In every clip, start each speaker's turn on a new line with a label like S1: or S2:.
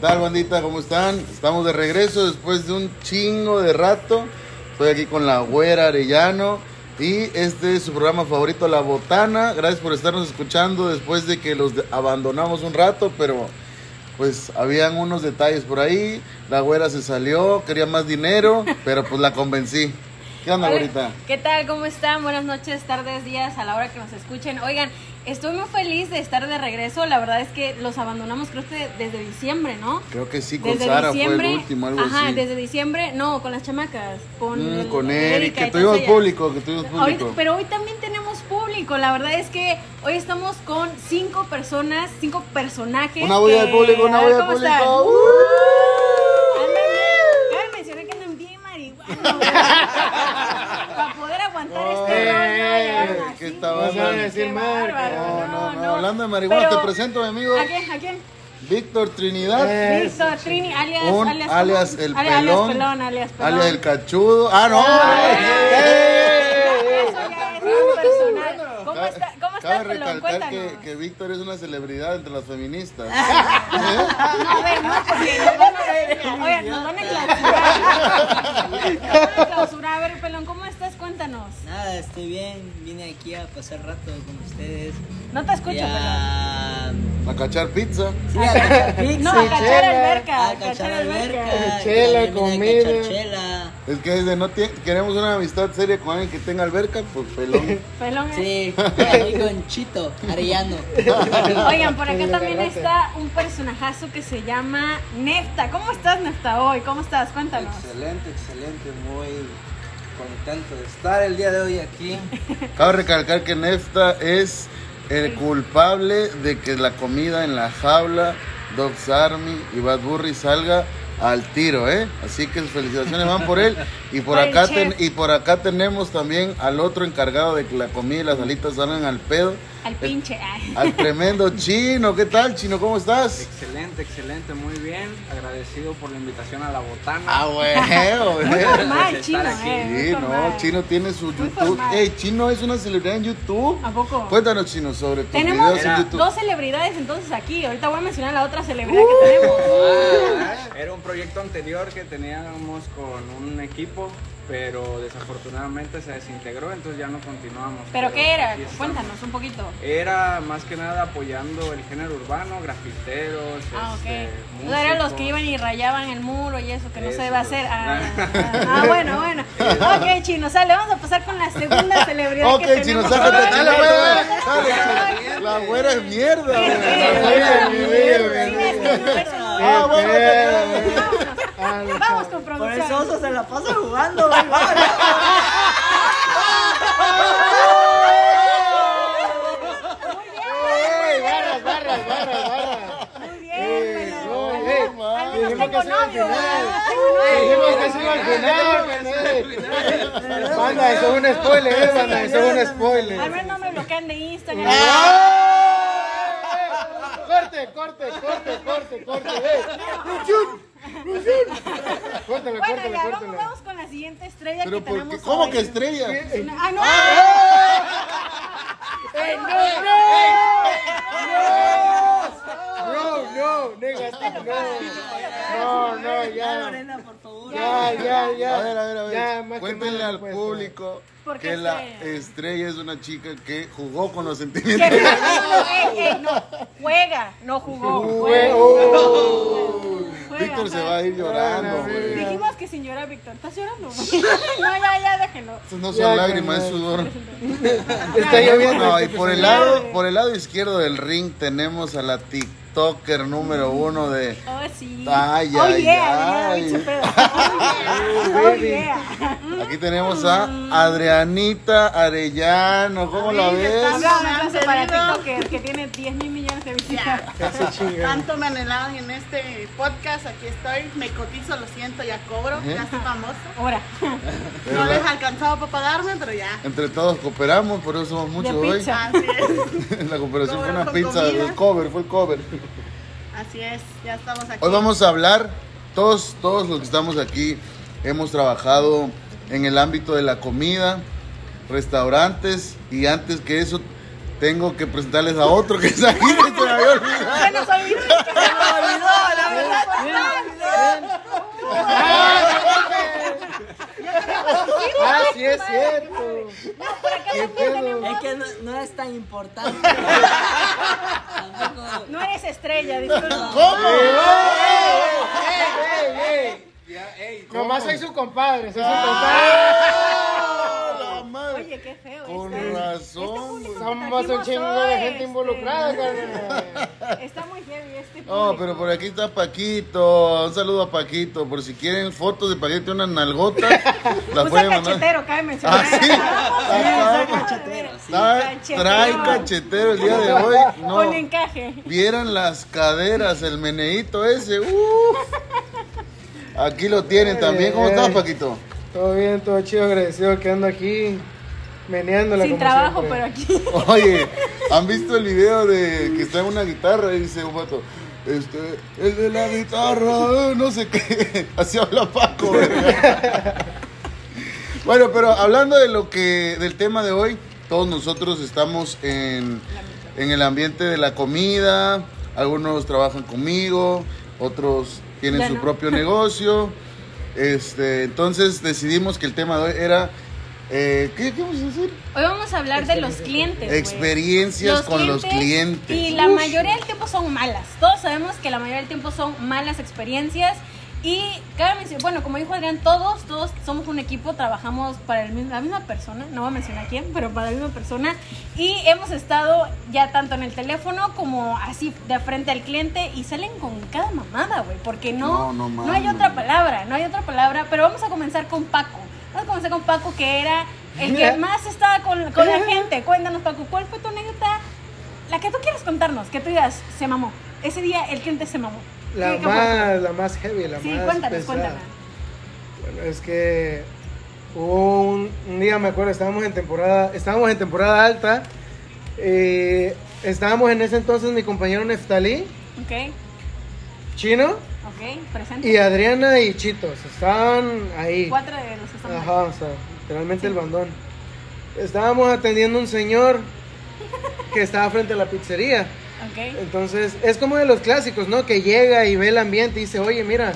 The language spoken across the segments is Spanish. S1: tal, bandita? ¿Cómo están? Estamos de regreso después de un chingo de rato. Estoy aquí con la güera Arellano. Y este es su programa favorito, La Botana. Gracias por estarnos escuchando después de que los de- abandonamos un rato, pero pues habían unos detalles por ahí. La güera se salió, quería más dinero, pero pues la convencí. ¿Qué onda,
S2: Hola,
S1: güerita?
S2: ¿Qué tal? ¿Cómo están? Buenas noches, tardes, días, a la hora que nos escuchen. Oigan, estoy muy feliz de estar de regreso. La verdad es que los abandonamos creo que desde diciembre, ¿no?
S1: Creo que sí, con
S2: Desde
S1: Sara fue
S2: diciembre.
S1: el último, algo
S2: ajá,
S1: así.
S2: desde diciembre, no, con las chamacas, con,
S1: Mm,
S2: el-
S1: con Eric,
S2: Erika
S1: que
S2: y
S1: tuvimos
S2: todas ellas.
S1: público, que tuvimos público.
S2: Ahorita- pero hoy también tenemos público. La verdad es que hoy estamos con cinco personas, cinco personajes.
S1: Una bulla
S2: que-
S1: de público, una
S2: a ver
S1: bulla de
S2: cómo están.
S1: público. Uh,
S2: Andan bien. Cabe mencionar que andan bien marihuanos. güey. Para poder aguantar este
S1: Ey,
S2: rollo.
S1: ey,
S2: llegaron
S1: que
S2: así.
S1: esta banda- No se van a
S3: decir
S2: Qué
S3: marcas.
S2: bárbaro,
S1: ¡Uh! No, no, no, hablando de marihuana,
S2: Pero-
S1: te presento a mi amigo
S2: ¿A quién? ¿A quién?
S1: Víctor Trinidad.
S3: Eh,
S2: Listo, Trini, alias,
S1: un
S2: alias,
S1: alias,
S2: ¿cómo?
S1: el
S2: Ali- alias
S1: pelón,
S2: pelón, alias pelón.
S1: alias el cachudo. Ah, no. ¡Eh!
S2: Eso ya es más personal. ¿Cómo está, cómo está
S1: Cabe
S2: el pelón?
S1: recalcar que,
S2: Cuéntanos.
S1: que Víctor es una celebridad entre las feministas.
S2: No, a ver, no, porque nos van a, oigan, nos van a clausurar. Nos van a clausurar. A ver, Pelón, ¿cómo estás? Cuéntanos.
S4: Nada, estoy bien. Vine aquí a pasar rato con ustedes.
S2: No te escucho,
S4: Y a...
S1: A cachar pizza.
S4: Sí, a cachar pizza.
S2: Pelón. No, a cachar
S3: chela.
S2: alberca.
S4: A cachar alberca. y
S3: Chela,
S4: también vine a
S3: comida.
S4: cachar chela.
S1: Es que desde no tie- queremos una amistad seria con alguien que tenga alberca, pues pelón.
S2: Pelón.
S4: Sí, ahí con Chito, Arellano.
S2: Oigan, por acá también está un personajazo que se llama Nefta. ¿Cómo estás, Nefta, hoy? ¿Cómo estás? Cuéntanos.
S5: Excelente, excelente, muy contento de estar el día de hoy aquí.
S1: Cabe recalcar que Nefta es el culpable de que la comida en la jaula, Dogs Army y Bad Burry salga al tiro, ¿eh? Así que felicitaciones van por él. Y por,
S2: Por el
S1: acá ten-
S2: chef.
S1: y por acá tenemos también al otro encargado de que la comida y las alitas salgan al pedo.
S2: Al pinche. ay.
S1: Al tremendo chino, ¿qué tal chino? ¿Cómo estás?
S5: Excelente, excelente, muy bien. Agradecido por la invitación a la botana.
S1: Ah, güey.
S2: Muy formal,
S5: estar
S2: chino,
S5: aquí.
S2: eh. muy
S1: Sí, no,
S2: formal.
S1: chino tiene su YouTube.
S2: formal.
S1: Ey, chino es una celebridad en YouTube.
S2: ¿A poco?
S1: Cuéntanos, chino, sobre tus
S2: Tenemos
S1: Pues, videos en YouTube.
S2: dos celebridades entonces aquí. Ahorita voy a mencionar la otra celebridad
S1: Uh.
S2: que tenemos.
S5: Era un proyecto anterior que teníamos con un equipo, pero desafortunadamente se desintegró, entonces ya no continuamos.
S2: ¿Pero qué era?
S5: aquí estamos.
S2: Cuéntanos un poquito.
S5: Era más que nada apoyando el género urbano, grafiteros,
S2: Ah, ok.
S5: este,
S2: no eran los que
S5: músicos.
S2: iban y rayaban el muro y eso, que no se
S5: Eso,
S2: debe hacer.
S5: pues.
S2: Ah, ah, ah, bueno, bueno. Ok, chino, sale. Vamos a pasar con la segunda celebridad
S1: Ok,
S2: que tenemos.
S1: chino, sácate
S2: Ay,
S1: chile,
S2: ay,
S1: güey.
S2: ay,
S1: Dale, chino. La güera es mierda, güey.
S2: ay,
S1: La güera es
S2: ay,
S1: mierda.
S2: sí, ves que no, eso no.
S1: Ah, bueno,
S3: Qué
S2: Vámonos. Vamos con
S4: Por eso
S2: producción.
S4: Oso se la pasa jugando, güey. vámonos.
S3: Ey, barras, barras, barras, barras.
S2: Muy bien,
S1: Eh, oh,
S2: pelón.
S3: no,
S2: Al
S3: ey,
S2: menos- al menos tengo
S3: dijimos que se iba al
S2: novio,
S3: final.
S2: ¿verdad?
S1: eh,
S2: Tengo
S3: Dijimos
S2: novio.
S3: que se iba al final, güey. Banda, eso es un spoiler, eh, banda, eso es un
S2: Al
S3: spoiler.
S2: menos no me bloquean de Instagram.
S1: Ah,
S3: Corte, corte, corte, corte, corte. eh. Córtale,
S2: Bueno,
S3: córtale,
S2: ya, vamos,
S3: córtale.
S2: vamos con la siguiente estrella
S1: Pero
S2: que
S1: ¿por
S2: tenemos.
S1: qué? ¿Cómo
S2: hoy.
S1: que estrella?
S2: No, ¡Ah, no!
S3: Bro, no,
S2: Este
S3: negativo, no. No, no,
S4: Ya,
S3: ya.
S4: Lorena, por favor.
S3: Ya, ya, ya.
S1: A ver, a ver, a
S3: Ya,
S1: ver.
S3: más que
S1: Cuéntenle
S3: nada,
S1: al
S3: pues,
S1: público
S2: ¿Por qué
S1: que la
S2: estrella?
S1: estrella es una chica que jugó con los
S2: ¡Qué
S1: sentimientos.
S2: ridículo! ¡Ey, ey, no! Juega, no jugó.
S3: Güey,
S2: Juega.
S3: oh.
S2: Juega, pues.
S1: Víctor se
S2: ajá.
S1: va a ir llorando,
S3: Ah, la
S1: güey.
S3: verga.
S2: Dijimos que sin llorar, Víctor. ¿Estás llorando? No, ya, ya, déjelo.
S1: Estas no
S3: Ya,
S1: son lágrimas, es
S3: carnal.
S1: sudor.
S3: Está lloviendo.
S1: No, y
S3: este
S1: por el
S3: personaje.
S1: lado, por el lado izquierdo del ring tenemos a la TikToker número uno de
S2: Oh, sí.
S1: Ay,
S2: oh,
S1: ay,
S2: yeah,
S1: ay.
S2: Adriana, pinche pedo. Oh, yeah. Oh, yeah.
S1: Aquí tenemos a Adrianita Arellano, ¿cómo la ves?
S2: Hablamos entonces para TikToker, que tiene 10 mil millones de visitas.
S3: Casi chinga.
S6: Tanto me anhelaban en este podcast, aquí estoy, me cotizo, lo siento, ya cobro, ya soy famosa.
S2: Ahora,
S6: No les alcanzaba para pagarme, pero ya.
S1: Entre todos cooperamos, por eso somos muchos
S2: De
S1: hoy.
S2: pizza.
S6: Así es,
S1: La cooperación fue
S6: Comer
S1: una
S6: con
S1: pizza,
S6: comida.
S1: el cover, fue el cover.
S6: así es, ya estamos aquí.
S1: Hoy Pues vamos a hablar, todos, todos los que estamos aquí hemos trabajado en el ámbito de la comida, restaurantes y antes que eso tengo que presentarles a otro que es aquí que se me había olvidado.
S2: se nos olvidó. Se nos olvidó, la verdad.
S1: Ah,
S4: importante. Tampoco.
S2: No eres estrella, disculpa.
S5: Ya, ey,
S3: Nomás soy su compadre, soy su
S1: ¡Ah, la madre!
S2: Oye, qué feo.
S1: Con
S2: este- este
S1: razón, güey.
S2: público
S3: compadre.
S2: que
S3: Somos un
S2: trajimos
S3: chingo
S2: hoy,
S3: de gente
S2: este,
S3: involucrada, carnal.
S2: Está muy heavy este
S1: No,
S2: público.
S1: pero por aquí está Paquito. Un saludo a Paquito. Por si quieren fotos de Paquito y unas nalgotas, las
S2: Usa
S1: pueden mandar.
S2: Pues cachetero, cabe mencionar.
S1: Ah, sí. Ah, cabrón. Trae- Trae cachetero el día de hoy.
S2: Con
S1: No.
S2: encaje.
S1: Vieran las caderas, el meneíto ese. uf. Aquí lo tienen también. ¿Cómo estás, Paquito?
S3: Todo bien, todo chido, agradecido que ando aquí meneándola
S2: Sin
S3: como
S2: trabajo,
S3: siempre.
S2: pero aquí.
S1: Oye, ¿han visto el video de que está en una guitarra y dice un vato, este, el de la guitarra, eh, no sé qué? Así habla Paco. verga. bueno, pero hablando de lo que, del tema de hoy, todos nosotros estamos en, en el ambiente de la comida, algunos trabajan conmigo, otros tienen
S2: Ya
S1: su
S2: no.
S1: propio negocio. Este, entonces decidimos que el tema de hoy era, eh, ¿qué, ¿qué vamos a decir?
S2: Hoy vamos a hablar de los clientes. güey.
S1: Experiencias con los clientes.
S2: Y la
S1: Uf.
S2: mayoría del tiempo son malas. Todos sabemos que la mayoría del tiempo son malas experiencias. Y cabe mencionar, bueno, como dijo Adrián, todos, todos somos un equipo, trabajamos para el mismo- la misma persona, no voy a mencionar quién, pero para la misma persona. Y hemos estado ya tanto en el teléfono como así de frente al cliente y salen con cada mamada, güey, porque no,
S1: No, no
S2: no,
S1: mames.
S2: hay otra palabra, no hay otra palabra. Pero vamos a comenzar con Paco. Vamos a comenzar con Paco, que era el que más estaba con, con la gente. Cuéntanos, Paco, ¿cuál fue tu anécdota la que tú quieras contarnos, que tú digas, se mamó. Ese día el cliente se mamó.
S3: La
S2: ¿Qué- qué fue?
S3: más, la más heavy, la
S2: Sí,
S3: más
S2: cuéntanos,
S3: pesada.
S2: cuéntanos.
S3: Bueno, es que hubo un, un día, me acuerdo, estábamos en temporada, estábamos en temporada alta. eh, estábamos en ese entonces mi compañero Neftalí,
S2: Ok,
S3: Chino,
S2: ok, presente.
S3: y Adriana y Chitos. Estaban ahí.
S2: Cuatro de los que estamos
S3: Ajá, o sea, literalmente
S2: Sí.
S3: el bandón. Estábamos atendiendo a un señor que estaba frente a la pizzería.
S2: aquí. Ok,
S3: Entonces, es como de los clásicos, ¿no? Que llega y ve el ambiente y dice, oye, mira,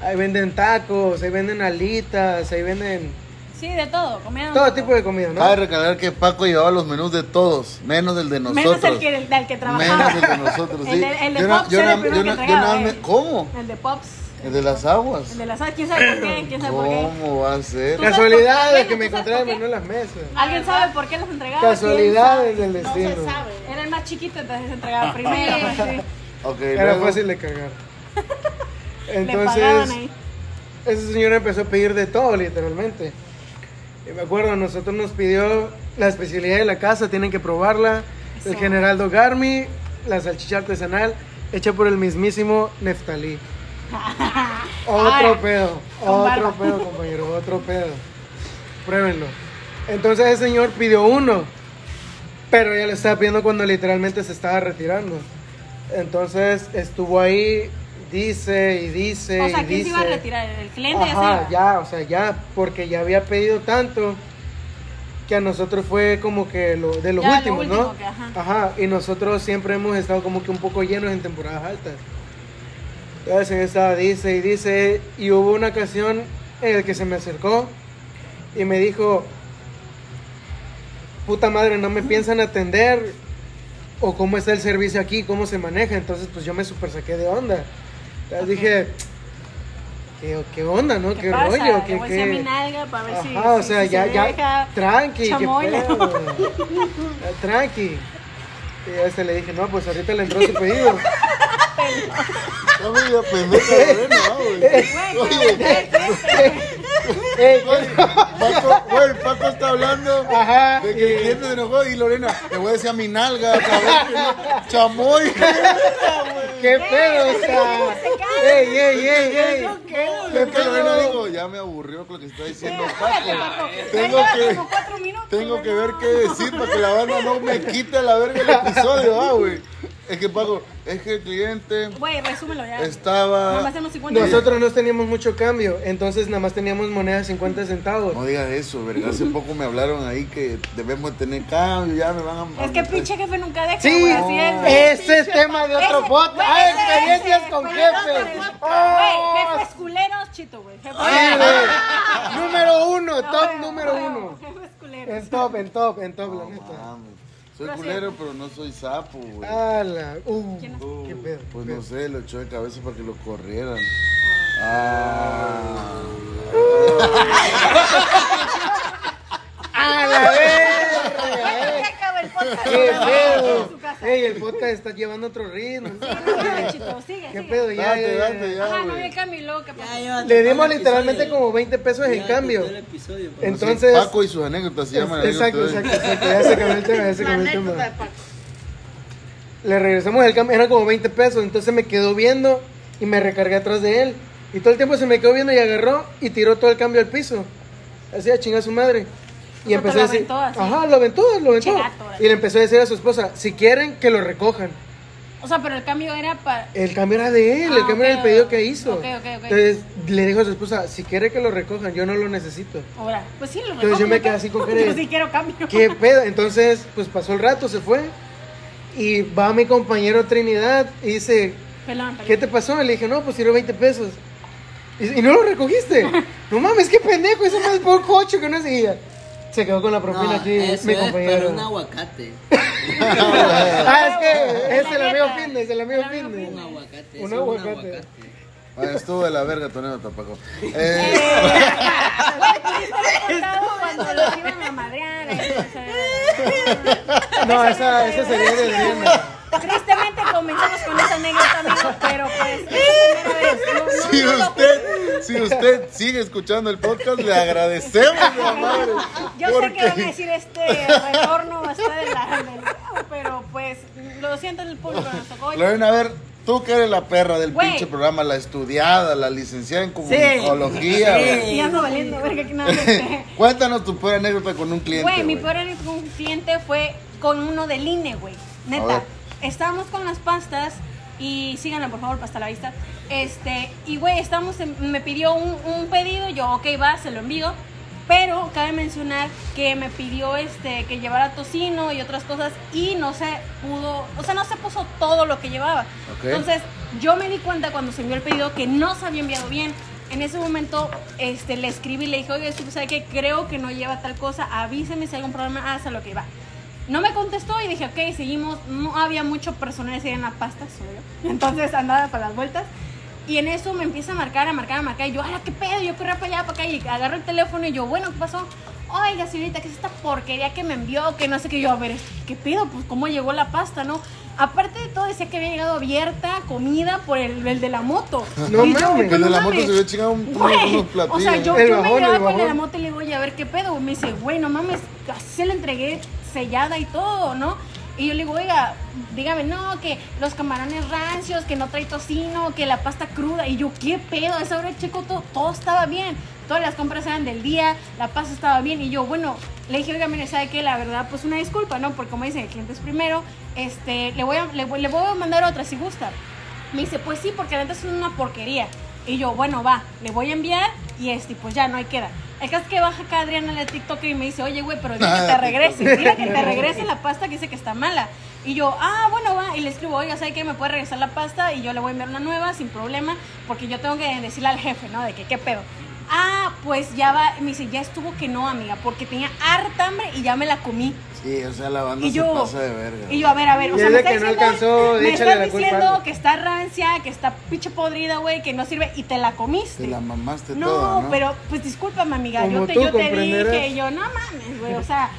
S3: ahí venden tacos, ahí venden alitas, ahí venden
S2: sí, de todo, comida.
S3: todo tipo de comida, ¿no?
S1: Cabe recalcar que Paco llevaba los menús de todos, menos el de nosotros.
S2: Menos el que, el, del que trabajaba.
S1: Menos el de nosotros, sí.
S2: El de- el de
S1: Yo na-
S2: Pops
S1: yo
S2: era el
S1: na-
S2: primero
S1: yo
S2: que
S1: na- yo
S2: entregaba,
S1: nada
S2: eh.
S1: me- ¿Cómo?
S2: El de Pops,
S1: El de las aguas.
S2: el de las... ¿Quién sabe por qué? ¿Quién sabe por qué?
S1: ¿Cómo va a ser?
S2: Tú sabes por
S3: Casualidades
S2: qué,
S3: que
S2: ¿no?
S3: me
S2: ¿Tú sabes
S3: encontré en
S2: por qué?
S3: menú en las mesas.
S2: ¿Alguien sabe por qué los entregaba?
S3: Casualidades del
S6: No se
S3: destino.
S6: sabe.
S2: ¿Quién sabe? Era el más chiquito, entonces entregaba primero. pues, sí.
S1: Ok,
S3: Era
S1: luego-
S3: fácil de cagar.
S2: Le pagaban
S3: Entonces,
S2: ahí.
S3: ese señor empezó a pedir de todo, literalmente. Y me acuerdo, a nosotros nos pidió la especialidad de la casa, tienen que probarla. El
S2: Eso.
S3: general Dogarmi, la salchicha artesanal, hecha por el mismísimo Neftalí. Otro
S2: Ahora,
S3: pedo,
S2: con
S3: otro
S2: barba.
S3: pedo, compañero, otro pedo. Pruébenlo. Entonces el señor pidió uno, pero ya lo estaba pidiendo cuando literalmente se estaba retirando. Entonces estuvo ahí, dice y dice.
S2: O sea,
S3: y
S2: ¿quién se iba a
S3: eh, dice.
S2: retirar? El cliente
S3: Ajá,
S2: ya se iba.
S3: ya, o sea, ya, porque ya había pedido tanto que a nosotros fue como que lo, de los
S2: Ya, lo
S3: últimos, ¿no? Ah,
S2: último que, ajá.
S3: y nosotros siempre hemos estado como que un poco llenos en temporadas altas. Entonces él estaba, dice y dice, y hubo una ocasión en la que se me acercó y me dijo, puta madre, no me piensan atender, o cómo está el servicio aquí, cómo se maneja. Entonces, pues yo me super saqué de onda. Entonces dije, ¿qué, qué onda, no? ¿Qué,
S2: ¿Qué pasa?
S3: rollo? ¿Qué,
S2: Le volteé
S3: qué?
S2: mi nalga para ver si,
S3: Ajá, o
S2: si-
S3: sea,
S2: si
S3: ya,
S2: se
S3: ya,
S2: deja.
S3: tranqui, qué
S2: chamoyla.
S3: pedo. tranqui. Y a este le dije, no, pues ahorita le entró su pedido.
S1: Está medio pendeja la arena, ¿no, güey?
S2: Güey,
S1: Oye,
S3: Ey,
S1: Oye, Paco, güey, Paco está hablando
S3: Ajá,
S1: de que el
S3: y-
S1: cliente se enojó y Lorena, le voy a decir a mi nalga, cabrón, chamoy.
S3: ¿Qué pedo? O sea, ey, ey, ey, ey.
S1: Es que Lorena dijo, ya me aburrió con lo que está diciendo Paco. Tengo
S2: que,
S1: que,
S2: como cuatro minutos,
S1: tengo
S2: güey,
S1: que
S2: no.
S1: ver qué decir para que la banda no me quite la verga el episodio, ah, güey. Es que Paco, es que el cliente
S2: Güey, resúmelo ya.
S1: estaba.
S2: Nomás hacemos 50.
S3: Nosotros no teníamos mucho cambio, entonces nada más teníamos monedas 50 centavos.
S1: No digas eso, verga. Hace poco me hablaron ahí que debemos tener cambio, ya me van a.
S2: Es que pinche jefe nunca deja,
S3: Sí,
S2: güey, así es. güey.
S3: ese es tema de otro
S2: Ese-
S3: podcast.
S2: güey,
S3: Ah,
S2: ese-
S3: experiencias
S2: ese-
S3: con
S2: güey,
S3: jefes. Oh,
S2: Güey, jefes culeros, chito, güey. Jefes-
S3: sí, güey. Número uno,
S2: No,
S3: top
S2: güey,
S3: número
S2: güey,
S3: uno.
S2: Jefes culeros.
S3: En top, en top, en top, la neta.
S1: Mames. Soy
S2: Lo
S1: culero,
S2: siento.
S1: pero no soy sapo, güey.
S3: Ah, ¡Hala! ¡Uh!
S2: ¿Quién
S3: ¿Qué pedo?
S1: Pues
S3: qué
S1: no
S3: pedo.
S1: sé, lo echó de cabeza para que lo corrieran. Ah.
S3: ¡A la verga!
S2: Bueno,
S3: eh!
S2: se acaba el podcast.
S3: ¡Qué
S2: Ahora vamos a su
S3: pedo!
S2: casa.
S3: ¡Ey, el podcast está llevando otro ritmo!
S2: Sigue, Chito, sigue,
S3: ¿Qué
S2: sigue.
S3: pedo? Ya,
S1: Date,
S3: ya,
S1: date,
S3: ya.
S1: ya,
S2: Ajá, no
S1: güey.
S2: había cambio, y luego qué pasó.
S3: Le dimos literalmente como 20 pesos en cambio.
S1: Así,
S3: Entonces-
S1: Paco y sus anécdotas se llaman. ahí
S3: Exacto,
S1: ustedes.
S3: exacto, exacto. Ya se cambió el tema, ya se
S6: La
S3: cambió el
S6: anécdota
S3: tema.
S6: de Paco.
S3: Le regresamos el cambio, eran como 20 pesos, entonces me quedó viendo y me recargué atrás de él. Y todo el tiempo se me quedó viendo y agarró y tiró todo el cambio al piso. Así a chingar a su madre.
S2: O
S3: Y
S2: sea,
S3: empezó
S2: te lo
S3: a decir,
S2: aventó así.
S3: ajá, lo aventó, lo aventó.
S2: Chegato, ahora
S3: Y le empezó a decir a su esposa, si quieren que lo recojan.
S2: O sea, pero el cambio era para.
S3: El cambio era de él,
S2: Ah,
S3: el cambio era
S2: ok,
S3: el pedido que hizo.
S2: ok, ok, ok.
S3: Entonces le dijo a su esposa, si quiere que lo recojan, yo no lo necesito.
S2: Ahora, pues sí, lo
S3: Entonces
S2: recojo,
S3: yo me
S2: ¿no?
S3: quedé así con cara de-
S2: Yo sí quiero cambio.
S3: ¿Qué pedo? Entonces, pues pasó el rato, se fue. Y va mi compañero Trinidad y dice,
S2: Pelón, pelón.
S3: ¿qué te pasó? Le dije, no, pues tiró 20 pesos. Y, y no lo recogiste. no mames, qué pendejo, ese más por coche que no es. Y ya, se quedó con la propina aquí mi compañero.
S4: Pero un aguacate.
S3: ah, es que es
S2: La
S3: el amigo
S2: neta.
S3: Fitness, el amigo
S2: El amigo
S3: Fitness.
S4: Un aguacate.
S3: Un
S4: Un
S3: aguacate.
S4: aguacate.
S1: Ah, estuvo de la verga tu anécdota, Paco. Eh,
S2: Contado cuando los iban a madrear. ahí, o sea,
S3: No, esa, esa sería de Elena.
S2: Tristemente comenzamos con esa anécdota, amigo, pero pues es la primera vez. No, no,
S1: si
S2: no lo
S1: usted, si usted sigue escuchando el podcast, le agradecemos, la madre.
S2: Yo sé que
S1: porque-
S2: van a decir este retorno está de la del huevo, pero pues lo siento el público nos tocó.
S1: Lorena, a ver, tú que eres la perra del
S2: Güey.
S1: pinche programa, la estudiada, la licenciada en comunicología. güey.
S2: Y ya ando valiendo, verga, que nada. este.
S1: Cuéntanos tu peor anécdota con un cliente.
S2: Güey, mi
S1: güey.
S2: peor anécdota con un cliente fue con uno del INE, güey.
S1: A
S2: Neta,
S1: ver.
S2: estábamos con las pastas y síganla por favor, pasta a la vista. Este, y güey, estábamos, en- me pidió un, un pedido, yo, ok, va, se lo envío. Pero cabe mencionar que me pidió este que llevara tocino y otras cosas y no se pudo, o sea, no se puso todo lo que llevaba.
S1: Ok.
S2: Entonces, yo me di cuenta cuando se envió el pedido que no se había enviado bien. En ese momento este, le escribí y le dije, oye, ¿sabe qué? Creo que no lleva tal cosa, avíseme si hay algún problema, haz a lo que va. No me contestó y dije, ok, seguimos. No había mucho personal ese día en la pasta, solo yo. Entonces andaba para las vueltas. Y en eso me empieza a marcar, a marcar, a marcar. Y yo, ¡ala, qué pedo! Yo corría para allá, para acá. Y agarro el teléfono y yo, bueno, ¿qué pasó? Oiga, señorita, ¿qué es esta porquería que me envió? Que no sé qué. Yo, a ver, ¿qué pedo? Pues, ¿cómo llegó la pasta, no? Aparte de todo, decía que había llegado abierta, comida por el, el de la moto.
S3: No
S2: Y yo, "Pues,
S3: mames.
S1: El de la
S2: no
S1: moto
S2: mames.
S1: se había chingado un-
S2: Güey,
S1: unos platillos.
S2: O sea, yo,
S3: El
S2: yo me
S3: bajón, el
S2: quedaba con la
S3: bajón.
S2: moto y le digo, oye, a ver qué pedo. Me dice, güey, no mames, así se la entregué sellada y todo, ¿no? Y yo le digo, oiga, dígame, no, que los camarones rancios, que no trae tocino, que la pasta cruda. Y yo, ¿qué pedo? A esa hora checo todo, todo estaba bien. Todas las compras eran del día, la pasta estaba bien. Y yo, bueno, le dije, oiga, mire, ¿sabe qué? La verdad, pues una disculpa, ¿no? Porque como dicen, el cliente es primero. Este, le voy a, le, voy- le voy a mandar otra si gusta. Me dice, pues sí, porque la neta es una porquería. Y yo, bueno, va, le voy a enviar y este, pues ya, no hay queda. El caso es que baja acá Adriana la TikTok y me dice, oye, güey, pero dile que te regrese, dile que te regrese la pasta que dice que está mala. Y yo, ah, bueno, va, y le escribo, oiga, ¿sabe qué? Me puede regresar la pasta y yo le voy a enviar una nueva sin problema, porque yo tengo que decirle al jefe, ¿no? De que, ¿qué pedo? Ah, pues ya va, me dice, ya estuvo que no, amiga, porque tenía harta hambre y ya me la comí.
S1: Sí, o sea, la banda
S2: Y yo,
S1: se pasa de verga.
S2: y yo, a ver, a ver, o
S3: Y
S2: sea,
S3: es
S2: me
S3: de
S2: estás
S3: que no
S2: diciendo,
S3: alcanzó,
S2: me
S3: échale
S2: estás
S3: la culpa a
S2: diciendo
S3: alguien.
S2: que está rancia, que está pinche podrida, güey, que no sirve y te la comiste.
S1: Te la mamaste
S2: no,
S1: toda, ¿no?
S2: pero pues discúlpame, amiga, yo
S3: Como
S2: te,
S3: tú
S2: yo te
S3: comprenderás.
S2: dije, yo, no mames, güey, o sea,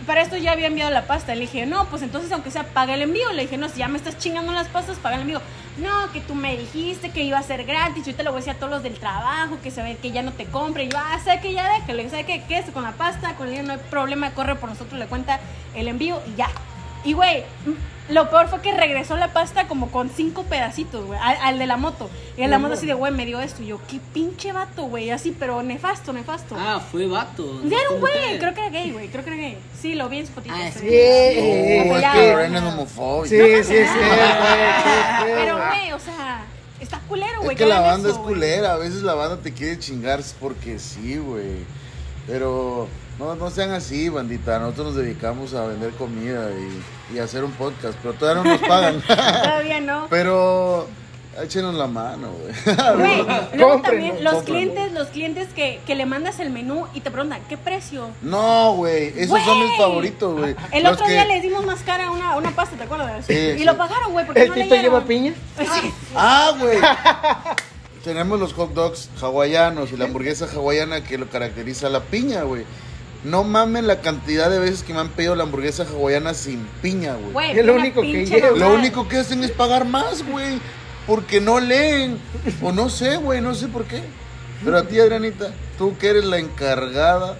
S2: y para esto ya había enviado la pasta. Le dije, no, pues entonces aunque sea, paga el envío. Le dije, no, si ya me estás chingando las pastas, paga el envío. No, que tú me dijiste que iba a ser gratis, yo te lo voy a decir a todos los del trabajo, que se ve que ya no te compre. Y yo, ah, sé que ya déjale, sé que quédese con la pasta, con el dinero no hay problema, corre por nosotros, le cuenta el envío y ya. Y güey, lo peor fue que regresó la pasta como con cinco pedacitos, güey, al, al de la moto. Y el de la moto así de, güey, me dio esto. Y yo, qué pinche vato, güey, así, pero nefasto, nefasto.
S4: Ah, fue vato.
S2: Ya era un güey,
S4: Ustedes.
S2: creo que era gay, güey, creo que era gay. Sí, lo vi en su fotito.
S4: Ah,
S2: se
S4: sí.
S2: veía.
S1: No,
S2: Pues
S1: es
S2: ya.
S1: que Lorena es homofóbica.
S3: Sí, sí, sí, sí, güey, qué
S2: Pero,
S3: pedo.
S2: güey, o sea, está culero, Ah, güey.
S1: Es que
S2: hagan
S1: la banda es
S2: eso, güey.
S1: culera, a veces la banda te quiere chingar porque sí, güey. Pero no, no sean así, bandita. Nosotros nos dedicamos a vender comida y, y hacer un podcast, pero todavía no nos pagan.
S2: Todavía no.
S1: pero Échenos la mano, güey.
S2: Güey, luego
S3: Cómprenlo,
S2: también los
S1: cómprenlo.
S2: clientes, los clientes que, que le mandas el menú y te preguntan, ¿qué precio?
S1: No, güey. Esos son mis
S2: Güey.
S1: favoritos, güey.
S2: El
S1: Los
S2: otro
S1: que-
S2: día le dimos más cara a una, a una pasta, ¿te acuerdas?
S1: Sí,
S2: y
S1: sí.
S2: lo pagaron, güey, porque
S3: ¿El
S2: no
S3: Tito lleva
S2: leyeron.
S3: piña?
S2: Sí.
S1: Ah, güey. Tenemos los hot dogs hawaianos y la hamburguesa hawaiana que lo caracteriza la piña, güey. No mamen la cantidad de veces que me han pedido la hamburguesa hawaiana sin piña, güey.
S2: Güey,
S3: Es lo
S2: una
S3: único que
S2: pinche
S3: lleva.
S2: mamada.
S1: Lo único que hacen es pagar más, güey. Porque no leen. O no sé, güey, no sé por qué. Pero a ti, Adrianita, tú que eres la encargada.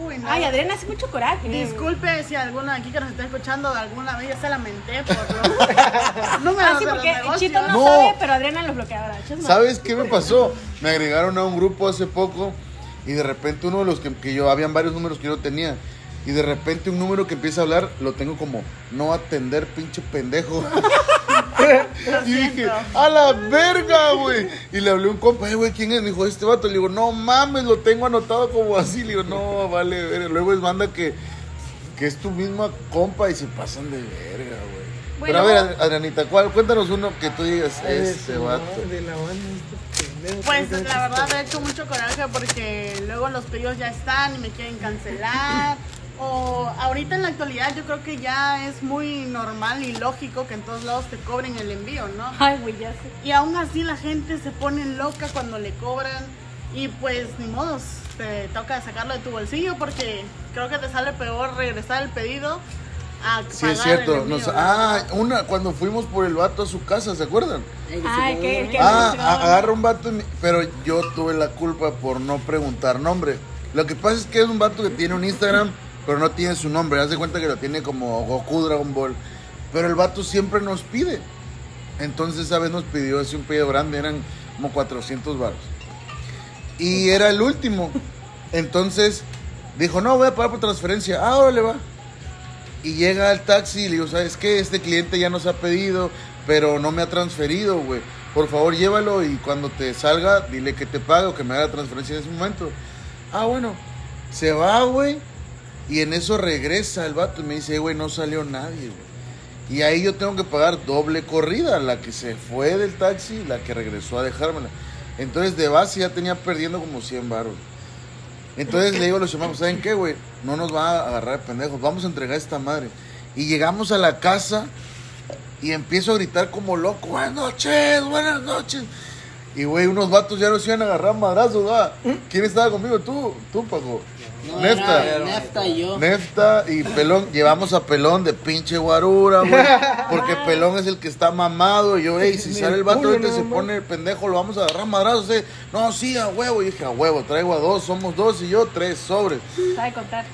S6: Uy, no.
S2: Ay, Adriana, hace mucho coraje.
S6: Disculpe si alguna aquí que nos está escuchando alguna vez ya se lamenté por los números
S2: Ah, sí,
S6: de los
S2: porque
S6: negocios.
S2: Chito no,
S1: No.
S2: sabe, pero Adriana los bloqueaba. chas madre.
S1: ¿Sabes qué me pasó? Me agregaron a un grupo hace poco y de repente uno de los que, que yo, habían varios números que yo tenía. Y de repente un número que empieza a hablar lo tengo como no atender, pinche pendejo. y dije, a la verga, güey. Y le hablé a un compa, "Ey, güey, ¿quién es? Me dijo, este vato. Le digo, no mames, lo tengo anotado como así. Le digo, no, vale, verga. Luego es banda que, que es tu misma compa y se pasan de verga, güey. Pero a
S2: Bueno.
S1: ver, Adrianita, ¿cuál? cuéntanos uno que tú digas, este
S3: Ay,
S1: vato.
S3: De la banda, este pendejo.
S6: Pues la verdad me ha hecho mucho coraje porque luego los pedidos ya están y me quieren cancelar. O ahorita en la actualidad yo creo que ya es muy normal y lógico que en todos lados te cobren el envío, ¿no?
S2: Ay, güey, ya sé.
S6: Y aún así la gente se pone loca cuando le cobran y pues ni modos, te toca sacarlo de tu bolsillo porque creo que te sale peor regresar el pedido a
S1: Sí, es
S6: pagar el
S1: cierto.
S6: envío,
S1: Nos-
S6: ¿no?
S1: ah, una, cuando fuimos por el vato a su casa, ¿se acuerdan?
S2: Ay, qué- qué-
S1: Ah,
S2: emoción.
S1: a- agarra un vato, y me- pero yo tuve la culpa por no preguntar nombre. Lo que pasa es que es un vato que tiene un Instagram, pero no tiene su nombre. Haz de cuenta que lo tiene como Goku Dragon Ball. Pero el vato siempre nos pide. Entonces, esa vez nos pidió así un pedido grande, eran como 400 baros. Y era el último. Entonces, dijo, no, voy a pagar por transferencia. Ah, órale, va. Y llega al taxi y le digo, ¿sabes qué? Este cliente ya nos ha pedido, pero no me ha transferido, güey. Por favor, llévalo y cuando te salga, dile que te pague o que me haga la transferencia en ese momento. Ah, bueno. Se va, güey. Y en eso regresa el vato y me dice, "Eh, güey, no salió nadie, güey. Y ahí yo tengo que pagar doble corrida, la que se fue del taxi y la que regresó a dejármela. Entonces, de base ya tenía perdiendo como 100 baros. Entonces le digo a los chamacos, ¿saben qué, güey? No nos van a agarrar de pendejos, vamos a entregar esta madre. Y llegamos a la casa y empiezo a gritar como loco, buenas noches, buenas noches. Y, güey, unos vatos ya nos iban a agarrar madrazos, ¿verdad? ¿Quién estaba conmigo? Tú, tú, Paco.
S4: No,
S1: Nefta.
S4: era Nefta y yo.
S1: Nefta y Pelón, llevamos a Pelón de pinche guarura, güey. Porque Pelón es el que está mamado. Y yo, ey, si
S3: Ni
S1: sale
S3: el
S1: el vato
S3: culo,
S1: ahorita y
S3: nada
S1: se
S3: más.
S1: pone el pendejo, lo vamos a agarrar a madrazos. eh. No, sí, a huevo. Y dije, a huevo, traigo a dos, somos dos y yo tres sobres.
S2: Sabe contar.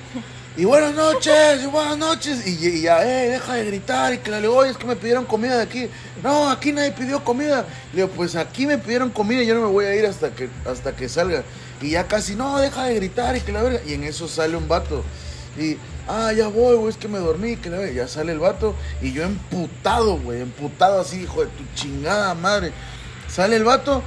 S1: Y buenas noches, y buenas noches. Y, y ya, eh, deja de gritar. Y que le digo, oye, es que me pidieron comida de aquí. No, aquí nadie pidió comida. Le digo, pues aquí me pidieron comida y yo no me voy a ir hasta que, hasta que salga. Y ya casi, no, deja de gritar y que la verga. Y en eso sale un vato. Y, ah, ya voy, güey, es que me dormí, que la verga. Ya sale el vato. Y yo emputado, güey, emputado así, hijo de tu chingada madre. Sale el vato.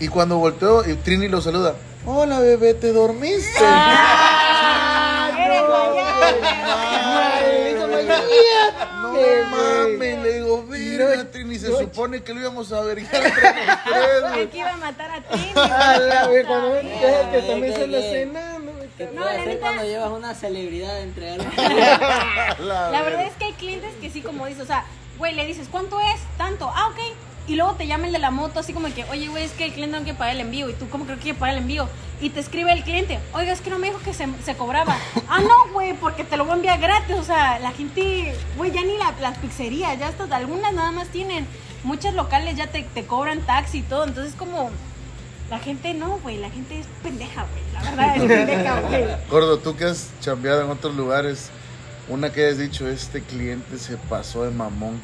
S1: Y cuando volteo, y Trini lo saluda. Hola, bebé, ¿te dormiste? Ah,
S2: Eres
S1: Ay, güey.
S3: Ay,
S1: No
S3: güey.
S1: mames, le digo, verga, Trini, se supone que lo íbamos a averiguar entre los tres,
S2: Ay,
S1: güey.
S2: que iba a matar a ti.
S3: A la güey, cuando me
S4: Ay,
S3: que también
S4: qué
S3: se la
S4: bien.
S3: cena, no me
S4: ¿Qué
S3: cago.
S4: puede
S2: No, la
S4: hacer
S2: neta-
S4: cuando llevas una celebridad a entregar un
S2: La verdad es que hay clientes que sí, como dices, o sea, güey, le dices, ¿cuánto es? Tanto. Ah, ok. Y luego te llama el de la moto, así como que, oye, güey, es que el cliente no quiere pagar el envío. Y tú, ¿cómo creo que quiere pagar el envío? Y te escribe el cliente, oiga, es que no me dijo que se, se cobraba. ah, no, güey, porque te lo voy a enviar gratis. O sea, la gente, güey, ya ni la- las pizzerías, ya hasta algunas nada más tienen. Muchas locales ya te, te cobran taxi y todo. Entonces, como, la gente no, güey, la gente es pendeja, güey. La verdad es pendeja, güey.
S1: Gordo, tú que has chambeado en otros lugares, una que has dicho, este cliente se pasó de mamón.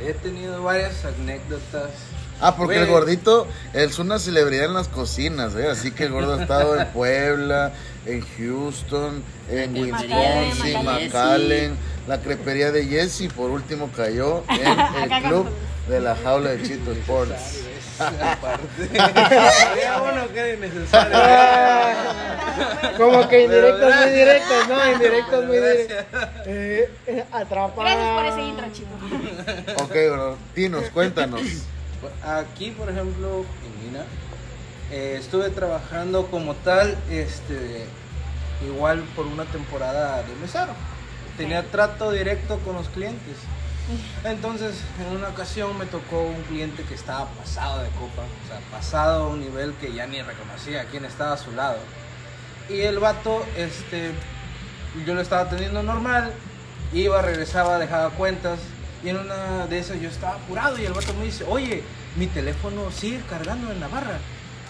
S5: He tenido varias anécdotas.
S1: Ah, porque el
S5: Güey.
S1: gordito es una celebridad en las cocinas, ¿eh? Así que el gordo ha estado en Puebla, en Houston, en
S4: En
S1: Wisconsin,
S2: McAllen,
S1: McAllen, la crepería de Jesse, por último cayó en el
S2: Acá
S1: club
S2: con-
S1: de la jaula de Chito Sports.
S5: Había uno que era innecesario.
S3: Ah, Como que indirectos
S5: Pero
S3: muy directos, no, indirectos muy
S5: Gracias.
S3: directos. Eh, atrapada.
S2: Gracias por ese intro, chicos.
S1: Ok, bro, dinos, cuéntanos.
S7: Aquí, por ejemplo, en Mina, eh, estuve trabajando como tal, este, igual por una temporada de mesero. Tenía trato directo con los clientes. Entonces, en una ocasión me tocó un cliente que estaba pasado de copa, o sea, pasado a un nivel que ya ni reconocía quién estaba a su lado. Y el vato, este, yo lo estaba atendiendo normal, iba, regresaba, dejaba cuentas. Y en una de esas yo estaba apurado y el vato me dice, oye, mi teléfono sigue cargando en la barra.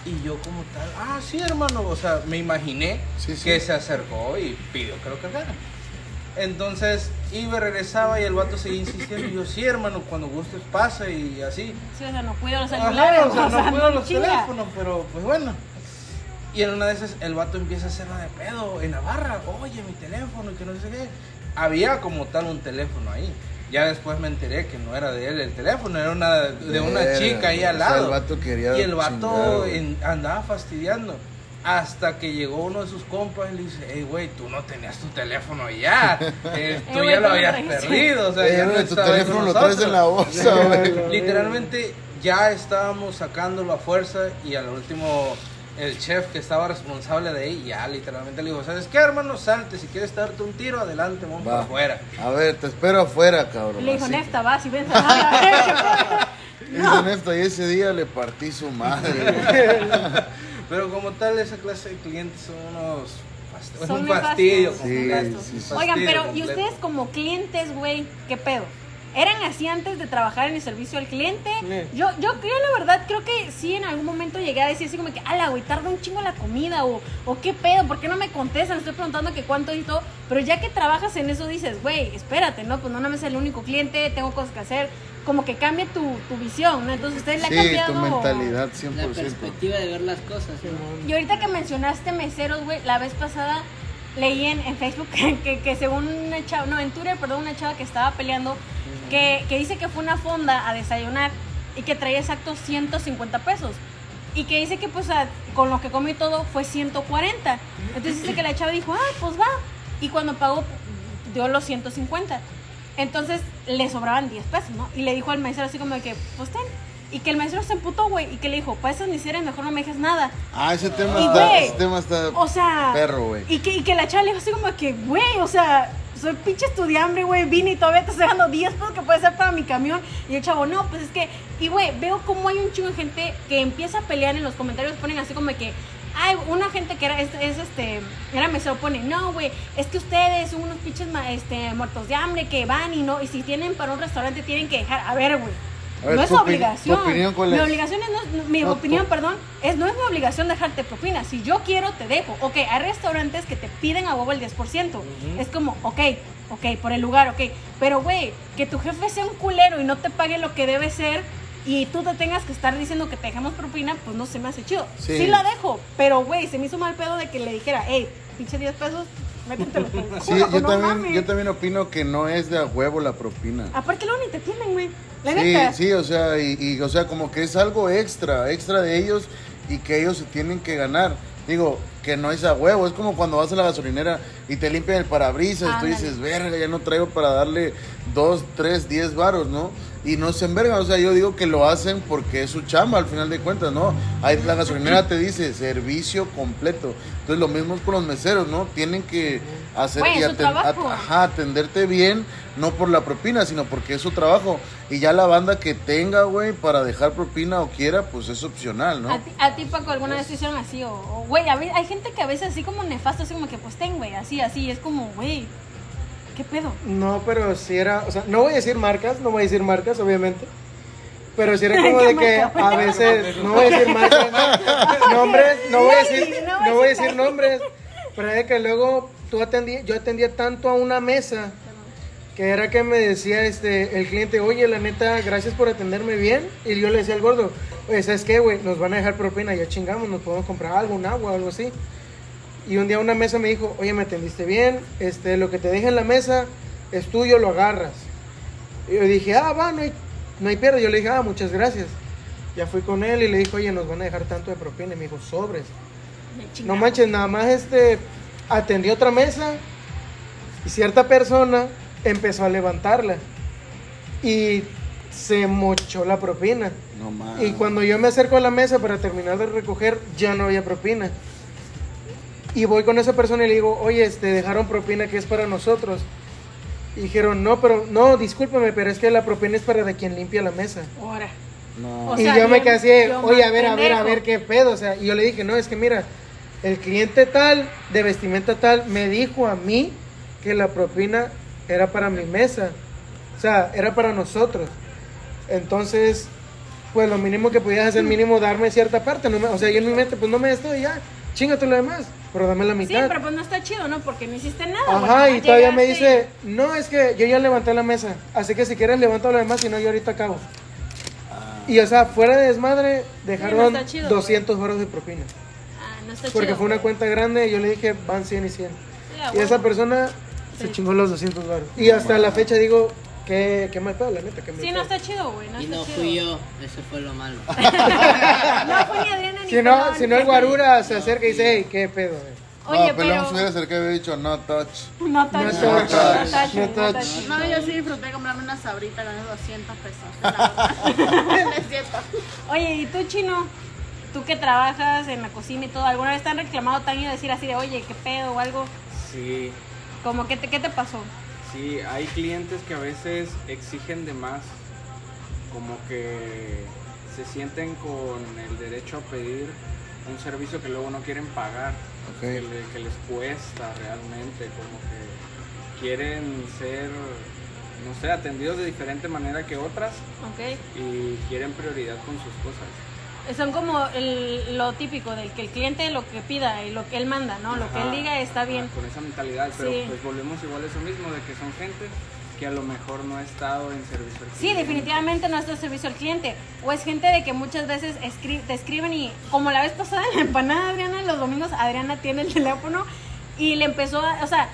S7: Y yo como tal, ah, sí, hermano, o sea, me imaginé
S1: Sí, sí.
S7: que se acercó y pidió que lo cargara. Entonces iba, regresaba y el vato seguía insistiendo. Y yo, sí, hermano, cuando gustes pasa y así.
S2: Sí, o sea, no cuido los
S7: Ajá,
S2: celulares.
S7: o sea, no puedo
S2: no
S7: los
S2: chinga.
S7: teléfonos, pero pues bueno. Y en una de esas el vato empieza a hacerla de pedo en la barra. Oye, mi teléfono, y que no sé qué. Había como tal un teléfono ahí. Ya después me enteré que no era de él el teléfono, era una, de una
S1: Verga,
S7: chica ahí
S1: güey.
S7: al
S1: O sea,
S7: lado.
S1: el vato quería
S7: y el
S1: chingar,
S7: vato
S1: güey.
S7: en- andaba fastidiando. Hasta que llegó uno de sus compas y le dice, hey, güey, tú no tenías tu teléfono ya. Eh, tú
S2: güey,
S7: ya
S2: tú
S7: lo
S2: lo
S7: habías
S2: traes".
S7: perdido. O sea,
S1: Eh,
S7: ya no
S1: güey, tu
S7: estaba ahí
S1: teléfono
S7: con
S1: lo traes en la
S7: nosotros.
S1: bolsa, güey.
S7: Literalmente ya estábamos sacándolo a fuerza y al último el chef que estaba responsable de ahí ya literalmente le dijo, ¿sabes qué hermano? Salte, si quieres darte un tiro, adelante, vamos para
S1: Va.
S7: afuera.
S1: A ver, te espero afuera, cabrón.
S2: Le dijo,
S1: así.
S2: Nefta, vas y ven. Ajá.
S1: Dice Nefta, y ese día le partí su madre. güey.
S7: Pero como tal, esa clase de clientes son unos... fast- es
S2: Son
S7: un fastidio.
S2: nefastos.
S7: completo,
S1: Sí,
S7: un
S1: sí, sí.
S2: Oigan,
S7: fastidio
S2: pero ¿y
S7: completo.
S2: ustedes como clientes, güey? ¿Qué pedo? ¿Eran así antes de trabajar en el servicio al cliente?
S3: Sí.
S2: Yo, yo creo, la verdad, creo que sí en algún momento llegué a decir así como que, ala, güey, tarda un chingo la comida o, o qué pedo, ¿por qué no me contestan? Estoy preguntando que cuánto y todo, pero ya que trabajas en eso dices, güey, espérate, ¿no? Pues no, no me es el único cliente, tengo cosas que hacer, como que cambia tu, tu visión, ¿no? Entonces ustedes la han
S1: Sí,
S2: cambiado.
S1: tu mentalidad
S4: La
S1: 100%.
S4: perspectiva de ver las cosas. ¿no?
S2: Y ahorita que mencionaste meseros, güey, la vez pasada leí en, en Facebook que, que según una chava, no, en Twitter, perdón, una chava que estaba peleando, que, que dice que fue una fonda a desayunar y que traía exactos 150 pesos. Y que dice que pues a- con lo que comí todo fue 140. Entonces dice que la chava dijo, ah, pues va. Y cuando pagó, dio los 150. Entonces le sobraban 10 pesos, ¿no? Y le dijo al maestro así como de que, pues ten. Y que el maestro se emputó, güey. Y que le dijo, para esas miserias mejor no me dejes nada.
S1: Ah, ese tema
S2: Y,
S1: está.
S2: güey,
S1: Ese tema está.
S2: O sea.
S1: Perro, güey.
S2: Y que, y que la chava le dijo así como que, güey, o sea, soy pinche estudiante, güey, vine y todavía te estoy dando 10 pesos que puede ser para mi camión. Y el chavo, no, pues es que. Y güey, veo como hay un chingo de gente que empieza a pelear en los comentarios, ponen así como que. Ay, una gente que era, es, es, este, era mesero pone, no, güey, es que ustedes son unos pinches ma- este, muertos de hambre que van y no, y si tienen para un restaurante tienen que dejar, a ver, güey,
S1: A ver,
S2: no es
S1: tu opi-
S2: obligación.
S1: tu opinión, ¿cuál
S2: Mi
S1: es?
S2: obligación es no- no- mi
S1: No,
S2: opinión,
S1: tu-
S2: perdón, es no es mi obligación dejarte propina. Si yo quiero, te dejo. Ok, hay restaurantes que te piden a huevo el 10%. Es como, ok, ok, por el lugar, ok. Pero, güey, que tu jefe sea un culero y no te pague lo que debe ser y tú te tengas que estar diciendo que te dejamos propina, pues no se me hace chido. Sí,
S1: Sí.
S2: la dejo, pero, güey, se me hizo mal pedo de que le dijera, hey, pinche 10 pesos, métetelo. por el
S1: Sí,
S2: culo,
S1: yo,
S2: no
S1: también,
S2: mames.
S1: yo también opino que no es de a huevo la propina.
S2: Aparte, luego ni te tienen, güey. La
S1: Sí,
S2: neta.
S1: sí, o sea, y, y, o sea, como que es algo extra, extra de ellos y que ellos se tienen que ganar. Digo, que no es a huevo, es como cuando vas a la gasolinera y te limpian el parabrisas, tú
S2: Ándale.
S1: dices, verga, ya no traigo para darle dos, tres, diez varos, ¿no? Y no se envergan, o sea, yo digo que lo hacen porque es su chamba al final de cuentas, ¿no? Ahí la gasolinera te dice servicio completo. Entonces lo mismo es con los meseros, ¿no? Tienen que hacer
S2: Güey,
S1: y
S2: es su
S1: aten- a-
S2: trabajo.
S1: ajá, a atenderte bien, no por la propina, sino porque es su trabajo. Y ya la banda que tenga, güey, para dejar propina o quiera, pues es opcional, ¿no?
S2: ¿A ti, a ti, Paco, alguna vez te hicieron así? O, o, güey, a ve- hay gente que a veces así como nefasto, así como que, pues ten, güey, así, así. Es como, güey, ¿qué pedo?
S3: No, pero si era, o sea, no voy a decir marcas, no voy a decir marcas, obviamente. Pero si era como
S2: ¿Qué
S3: de que
S2: marca?
S3: a veces, no voy a decir marcas, nombres, no voy a decir, no voy a decir nombres. Pero es que luego tú atendí, yo atendía tanto a una mesa que era que me decía este el cliente, oye, la neta, gracias por atenderme bien. Y yo le decía al gordo, oye, ¿sabes qué, güey? Nos van a dejar propina, ya chingamos, nos podemos comprar algo, un agua, algo así. Y un día una mesa me dijo, oye, me atendiste bien, este, lo que te deje en la mesa es tuyo, lo agarras. Y yo dije, ah, va, no hay, no hay pierde. Yo le dije, ah, muchas gracias. Ya fui con él y le dije, oye, nos van a dejar tanto de propina. Y me dijo, sobres.
S2: Me
S3: No
S2: chingaron.
S3: manches, nada más este atendí otra mesa y cierta persona empezó a levantarla. Y se mochó la propina.
S1: No mames.
S3: Y cuando yo me acerco a la mesa para terminar de recoger, ya no había propina. Y voy con esa persona y le digo, oye, este, dejaron propina que es para nosotros. Y dijeron, no, pero, no, discúlpame, pero es que la propina es para de quien limpia la mesa.
S2: Ahora.
S1: No.
S2: O
S3: y
S2: sea,
S3: yo me
S2: yo-
S3: quedé así, de,
S2: yo
S3: oye,
S2: más
S3: a ver, a ver, a
S2: pendejo".
S3: ver qué pedo. O sea, y yo le dije, no, es que mira, el cliente tal, de vestimenta tal, me dijo a mí que la propina era para mi mesa. O sea, era para nosotros. Entonces, pues lo mínimo que podías hacer, mínimo darme cierta parte. No me- o sea, yo en mi mente, pues no me des todo y ya, chingate lo demás, pero dame la
S2: Sí,
S3: mitad.
S2: pero pues no está chido, ¿no? Porque no hiciste nada. güey,
S3: Ajá,
S2: nomás
S3: y todavía me
S2: Ah, llegaste
S3: dice, no, es que yo ya levanté la mesa, así que si quieres levanta lo demás, si no, yo ahorita acabo.
S1: Ah.
S3: Y o sea, fuera de desmadre, dejaron
S2: está chido,
S3: 200 baros de propina.
S2: y- Ah, no está
S3: Porque
S2: chido,
S3: fue una
S2: güey.
S3: cuenta grande y yo le dije, van 100 y 100.
S2: Sí, a
S3: Y esa
S2: huevo.
S3: persona se
S2: Sí.
S3: chingó los 200 baros. Y hasta la fecha digo, qué, qué mal pedo, la neta, qué mal
S2: Sí, no
S3: pedo.
S2: está chido, güey. No
S4: Y
S2: está
S4: no
S2: chido.
S4: fui yo, eso fue lo malo.
S2: No fue ni Adriana ni
S3: Si no,
S2: Pelón,
S3: si no el
S2: ni-
S3: guarura se acerca y dice, hey, qué pedo. eh".
S2: Oye,
S1: no, Pelón se hubiera
S2: pero.
S1: acercado y hubiera dicho no touch.
S2: No touch,
S3: touch,
S2: no touch,
S3: no
S2: no
S3: touch.
S2: touch.
S6: No, yo sí disfruté de comprarme una sabrita con esos 200 pesos. la verdad. No es cierto.
S2: Oye, ¿y tú, chino? Tú que trabajas en la cocina y todo, ¿alguna vez te han reclamado tan y decir así de, oye, qué pedo o algo?
S5: Sí,
S2: Como, ¿qué te, qué te pasó?
S5: sí, hay clientes que a veces exigen de más, como que se sienten con el derecho a pedir un servicio que luego no quieren pagar,
S1: Ok.
S5: que, le- que les cuesta realmente, como que quieren ser, no sé, atendidos de diferente manera que otras
S2: Ok.
S5: y quieren prioridad con sus cosas.
S2: Son como el- lo típico del que el cliente lo que pida y lo que él manda, ¿no? Lo que él
S5: Ajá,
S2: diga está
S5: ajá,
S2: bien.
S5: Con esa mentalidad, pero
S2: Sí.
S5: pues volvemos igual a eso mismo, de que son gente que a lo mejor no ha estado en servicio al
S2: Sí,
S5: cliente.
S2: definitivamente no es de servicio al cliente. O es gente de que muchas veces escri- te escriben y, como la vez pasada en la empanada, Adriana, los domingos, Adriana tiene el teléfono y le empezó a. O sea,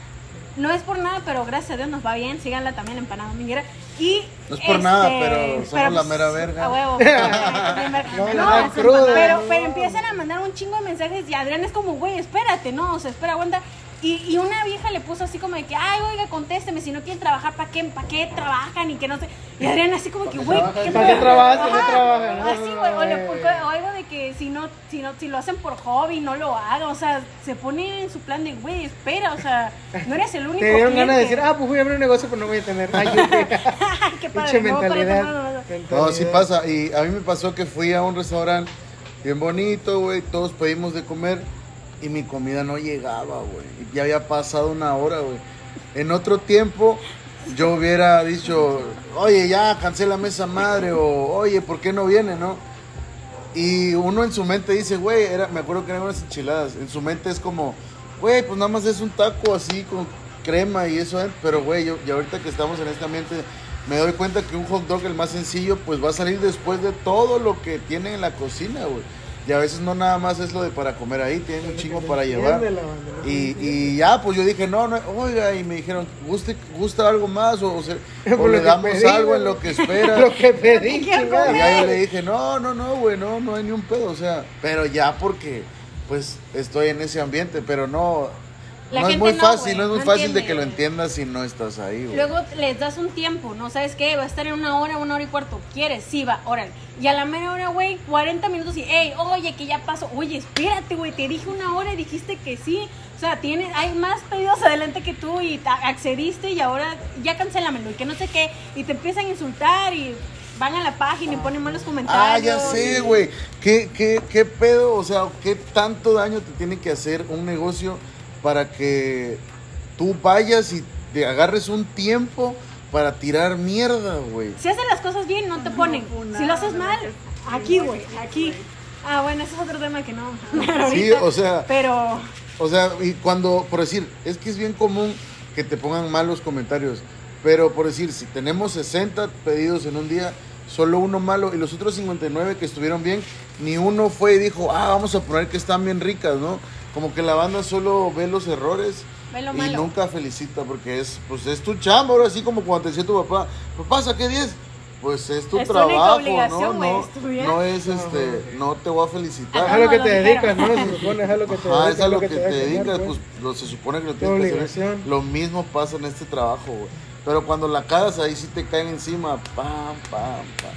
S2: no es por nada, pero gracias a Dios nos va bien. Síganla también, empanada dominguera. Y. este, pues,
S1: No es por nada, pero somos la mera verga.
S2: A huevo. no,
S3: No, la
S2: es-
S3: cruda,
S2: pero,
S3: no.
S2: pero empiezan a mandar un chingo de mensajes y Adrián es como, güey, espérate, no, o sea, espera, aguanta. Y, y una vieja le puso así como de que, ay, oiga, contésteme, si no quieren trabajar, ¿para qué, pa qué trabajan? Y que no sé. Y Adrián así como que, güey, ¿qué
S3: ¿Para qué
S2: pedo?".
S3: trabajas? ¿Para qué
S2: Ajá.
S3: trabajan? No,
S2: Así, güey, o, le
S3: no,
S2: puso- o algo de que si no, si no, si lo hacen por hobby, no lo hagan. O sea, se pone en su plan de, güey, espera, o sea, no eres el único.
S3: Te dieron ganas de
S2: cliente".
S3: decir, ah, pues voy a abrir un negocio, pero no voy a tener. Ay, yo qué-
S2: Ay, qué
S3: pinche
S2: padre, no, para tomar-
S3: mentalidad.
S1: No, sí
S3: Mentalidad.
S1: pasa. Y a mí me pasó que fui a un restaurante bien bonito, güey. Todos pedimos de comer y mi comida no llegaba, güey. Y ya había pasado una hora, güey. En otro tiempo yo hubiera dicho, oye, ya cancela mesa madre o oye, ¿por qué no viene, no? Y uno en su mente dice, güey, era, me acuerdo que eran unas enchiladas. En su mente es como, güey, pues nada más es un taco así con crema y eso, ¿eh? Pero, güey, yo, y ahorita que estamos en este ambiente, me doy cuenta que un hot dog, el más sencillo, pues va a salir después de todo lo que tiene en la cocina, güey. Y a veces no nada más es lo de para comer ahí, tienen un chingo para llevar.
S3: Entiende la banda.
S1: Y, y ya, pues yo dije, no, no, oiga, y me dijeron, ¿gusta, gusta algo más? O, o se-
S3: Por
S1: o
S3: lo
S1: le
S3: que
S1: damos
S3: pedí,
S1: algo en
S3: güey.
S1: lo que espera.
S3: Lo que pedí, chingada.
S1: Y ahí le dije, no, no, no, güey, no, no hay ni un pedo, o sea, pero ya porque, pues, estoy en ese ambiente, pero no,
S2: La
S1: no es
S2: gente
S1: muy
S2: no,
S1: fácil,
S2: güey,
S1: no es muy
S2: no
S1: fácil de
S2: entiende.
S1: que lo entiendas si no estás ahí, güey.
S2: Luego les das un tiempo, ¿no? ¿Sabes qué? Va a estar en una hora, una hora y cuarto. ¿Quieres? Sí, va, órale. Y a la mera hora, güey, 40 minutos y, hey, oye, que ya pasó. Oye, espérate, güey, te dije una hora y dijiste que sí. O sea, tienes, hay más pedidos adelante que tú y ta- accediste y ahora ya cancélamelo y que no sé qué. Y te empiezan a insultar y van a la página y ponen malos comentarios.
S1: Ah, ya sé, güey. ¿Qué, qué, ¿Qué pedo? O sea, ¿qué tanto daño te tiene que hacer un negocio para que tú vayas y te agarres un tiempo para tirar mierda, güey?
S2: Si haces las cosas bien, no te ponen.
S6: funado,
S2: Si lo haces
S6: de
S2: mal,
S6: verdad
S2: aquí, güey, aquí. Ah, bueno, ese es otro tema que no.
S1: Sí, o sea,
S2: Pero
S1: O sea, y cuando, por decir, es que es bien común que te pongan malos comentarios, pero por decir, si tenemos 60 pedidos en un día, solo uno malo y los otros 59 que estuvieron bien, ni uno fue y dijo, ah, vamos a poner que están bien ricas, ¿no? Como que la banda solo ve los errores
S2: Ve lo
S1: y
S2: malo.
S1: nunca felicita porque es, pues es tu chamba, ahora así como cuando te decía tu papá, papá, saqué 10. Pues es tu
S2: Es tu única
S1: trabajo, ¿no?
S2: obligación, güey,
S1: No,
S2: es tu vida.
S1: no es este, no te voy a felicitar.
S2: Ajá,
S3: Ah, Es a lo que
S2: lo
S3: te dedicas,
S2: dijeron.
S3: ¿no? Se supone, es a lo que
S1: Ah,
S3: te dedicas.
S1: es a lo que, te
S3: dejas ganar,
S1: dedicas,
S3: pues.
S1: pues lo- se supone que lo
S3: Tu
S1: tienes que hacer.
S3: obligación.
S1: Lo mismo pasa en este trabajo, güey. Pero cuando la cagas, ahí sí te caen encima. Pam, pam, pam.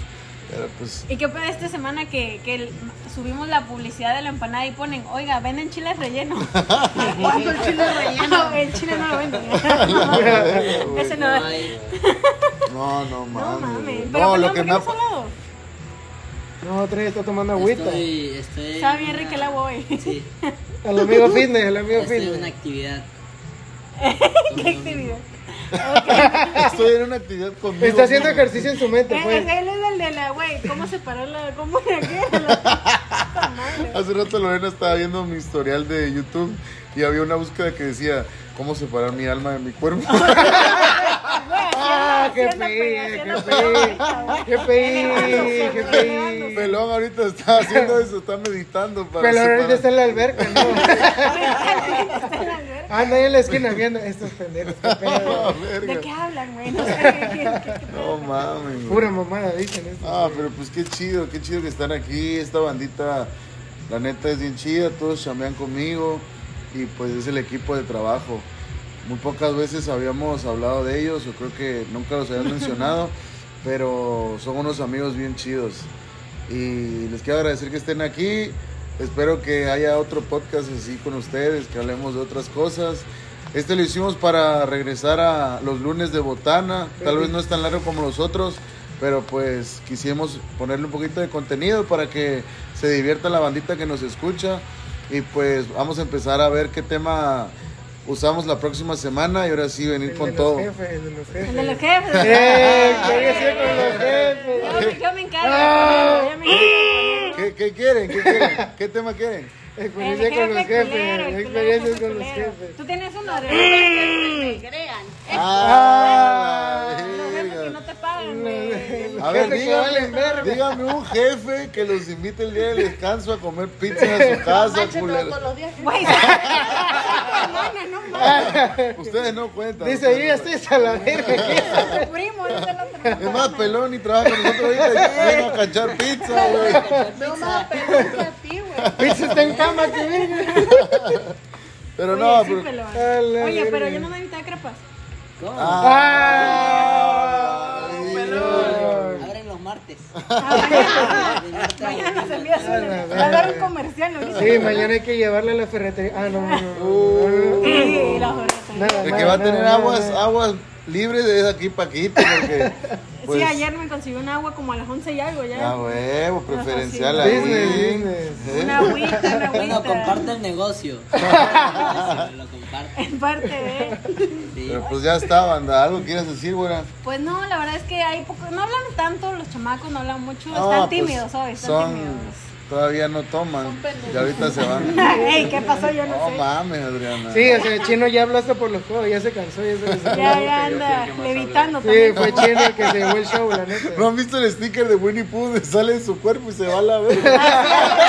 S1: Pero pues.
S2: ¿Y qué pedo esta semana que, que el- subimos la publicidad de la empanada y ponen, oiga, venden chiles relleno?
S6: ¿Cuánto el chile relleno?
S2: el chile no lo venden. Ese no.
S4: No hay.
S1: No, no mames.
S2: No mames.
S1: güey.
S2: Pero
S1: No,
S2: perdón,
S1: lo
S2: ¿por
S1: que
S2: qué
S1: me
S2: no
S1: ha.
S2: has hablado?
S3: No, Trini está tomando agüita.
S4: Estoy, estoy.
S2: Estaba bien rica el agua hoy.
S4: Sí.
S3: El amigo fitness, el amigo
S4: Estoy en una
S3: fitness.
S4: actividad.
S2: ¿Qué actividad?
S1: Estoy en una actividad conmigo.
S3: Está haciendo
S1: mismo.
S3: ejercicio en su mente,
S2: Eh,
S3: pues.
S2: eh, Él es el de la, güey, ¿cómo se paró la, cómo era que era la- Puta madre.
S1: Hace rato Lorena estaba viendo mi historial de YouTube y había una búsqueda que decía cómo separar mi alma de mi cuerpo.
S3: Ah, qué
S2: Haciendo- haciendo-
S3: pey, qué pey, qué pey, qué pey.
S1: Pelón ahorita está haciendo eso, está meditando para
S3: Pero ahorita
S1: separar.
S3: está en la alberca, ¿no? Anda ahí en la esquina viendo estos pendejos, qué pedo.
S2: ¿De
S1: Verga.
S2: qué hablan, güey? No sé qué- qué- qué- qué
S1: No
S2: pedo.
S1: mames. güey.
S3: Pura mamada, dicen esto.
S1: Ah, pero pues qué chido, qué chido que están aquí. Esta bandita, la neta es bien chida, todos chamean conmigo y pues es el equipo de trabajo. Muy pocas veces habíamos hablado de ellos, yo creo que nunca los habían mencionado, pero son unos amigos bien chidos. Y les quiero agradecer que estén aquí. Espero que haya otro podcast así con ustedes, que hablemos de otras cosas. Este lo hicimos para regresar a los lunes de Botana. Tal vez no es tan largo como los otros, pero pues quisimos ponerle un poquito de contenido para que se divierta la bandita que nos escucha. Y pues vamos a empezar a ver qué tema usamos la próxima semana y ahora sí venir
S3: El de
S1: con
S3: los
S1: todo.
S3: jefes, el de los jefes.
S2: El de los jefes.
S3: ¡Eh! ¿Qué hacer con los jefes?
S2: Yo me- Yo me encargo. yo me encargo.
S1: ¿Qué, qué quieren? ¿Qué quieren? ¿Qué tema quieren?
S2: El
S3: Experiencia
S2: jefe
S3: con los
S2: culero, pues,
S3: jefes,
S2: el
S3: experiencias
S2: culero,
S3: con los
S2: culero.
S3: jefes.
S2: Tú tienes uno de
S6: Me crean.
S1: ¡Ah!
S2: los
S1: la
S2: jefes que
S1: verga!
S2: no te pagan, eh. güey.
S1: A ver,
S3: Jefe que valen
S1: dígame,
S3: verga.
S1: dígame un jefe que los invite el día del descanso a comer pizza a su casa,
S6: Manche todo-
S1: culero.
S6: todos los días.
S2: Güey, hermana, no mames.
S1: Ustedes no cuentan.
S3: Dice,
S1: ustedes
S3: yo
S1: no
S3: ya estoy a la verga.
S2: Tu primo, este no te lo
S1: cuentan. Es más, pelón y trabaja con nosotros ahorita y viene a cachar pizza, güey.
S6: No más pelón que a ti, güey.
S3: Pizza está en cama, que verga.
S1: Pero no,
S2: Oye, sí,
S1: pero.
S2: pelón.
S3: A la
S2: Oye, pero
S3: verga.
S2: yo no me invitaba crepas.
S1: Ah,
S3: Ah,
S1: sí.
S4: Abren los martes. De martes a
S2: Mañana Ah, nos
S4: domingo.
S2: envías
S3: A la
S2: un,
S3: verga.
S2: a dar un comercial, ahorita.
S3: Sí, mañana hay que llevarla a la ferretería. Ah, no, no, no.
S2: Sí, la jornada.
S3: Nada,
S1: El
S3: nada,
S1: que va a
S3: nada,
S1: tener
S3: nada,
S1: aguas,
S3: nada.
S1: aguas libres es aquí Paquito, porque. pues,
S2: Sí, ayer me consiguió un agua como a las 11 y algo ya.
S3: Ah,
S1: A huevo, preferencial
S2: Ajá,
S1: ahí.
S2: sí.
S3: Business, business.
S1: ¿Eh?
S2: Una agüita, una
S4: Bueno, comparte
S2: agüita.
S4: el negocio. Lo comparte.
S2: En parte ¿eh? de.
S4: Sí.
S1: Pero pues ya está, banda. ¿Algo quieras decir, güera?
S2: Pues no, la verdad es que hay poco. No hablan tanto, los chamacos no hablan mucho.
S1: No,
S2: están
S1: pues,
S2: tímidos hoy, están
S1: son-
S2: tímidos.
S1: Todavía no toman. Y ahorita se van.
S2: Ey, ¿qué pasó? Yo no
S1: No
S2: sé.
S1: mames, Adriana.
S3: Sí, o sea, el chino ya habló hasta por los codos, ya se cansó, ya se le salió.
S2: Ya, ya
S5: Yo fui el
S2: anda
S5: que más
S2: levitando
S3: Sí,
S2: también.
S3: fue chino el que se llevó el show, la neta.
S1: ¿No han visto el sticker de Winnie Pooh donde sale de su cuerpo y se va a la verga?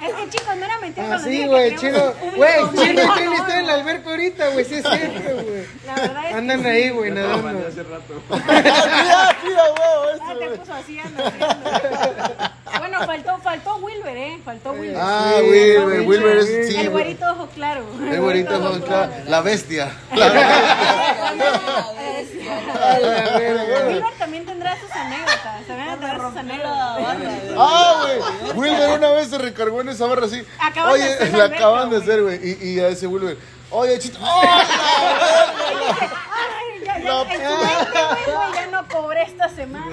S2: Es que chicos, no era mentira
S3: Ah,
S2: cuando
S3: sí,
S2: dije
S3: güey,
S2: que
S3: chino.
S2: teníamos un
S3: Güey,
S2: público
S3: chino y Trini
S2: mexicano.
S3: están en la alberca ahorita, güey, sí es cierto, güey.
S2: La verdad es que
S3: Andan ahí, güey,
S5: Ya te lo mandé
S3: nadando.
S5: hace rato.
S1: ¡Ah, mira, huevo!
S2: Ah,
S1: ese,
S2: te
S1: güey.
S2: puso así, anda, anda. Bueno, faltó, faltó Wilber, ¿eh? Faltó Wilber.
S1: Ah,
S3: Sí,
S1: Wilber,
S3: pinche
S1: Wilber
S3: Wilber.
S1: es sí,
S2: el
S1: güey.
S2: güerito ojo claro.
S1: El güerito es la, la bestia. La-
S3: A la verga.
S2: Wilber también tendrá sus anécdotas. También tendrá sus anécdotas.
S1: ¡Ah, güey! Wilber una vez se recargó en esa barra así.
S2: Acaban de
S1: Oye,
S2: hacer la
S1: la
S2: alberca,
S1: acaban de
S2: güey.
S1: hacer, güey. Y, y a ese Wilber. Oye, chito. ¡Oh!
S2: Ay, ya, ya,
S1: La-
S2: en su mente, güey, güey, ya no cobré esta semana.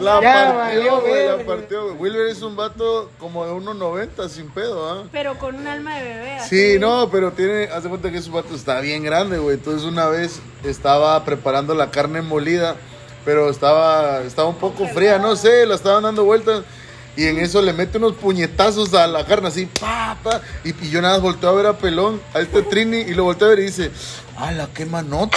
S1: La
S3: Ya
S1: partió,
S3: valió
S1: güey, la
S3: verga.
S1: partió. güey. Wilber es un vato como de 1.90, sin pedo, ¿ah?
S2: Pero con un alma de bebé. así.
S1: Sí, no, pero tiene, hace cuenta que su vato está bien grande, güey. Entonces una vez estaba preparando la carne molida, pero estaba, estaba un poco fría, no sé, la estaban dando vueltas. Y en eso le mete unos puñetazos a la carne, así, pa, pa. Y, y yo nada más volteo a ver a Pelón, a este Trini, y lo volteo a ver y dice, ¡ala, qué manota!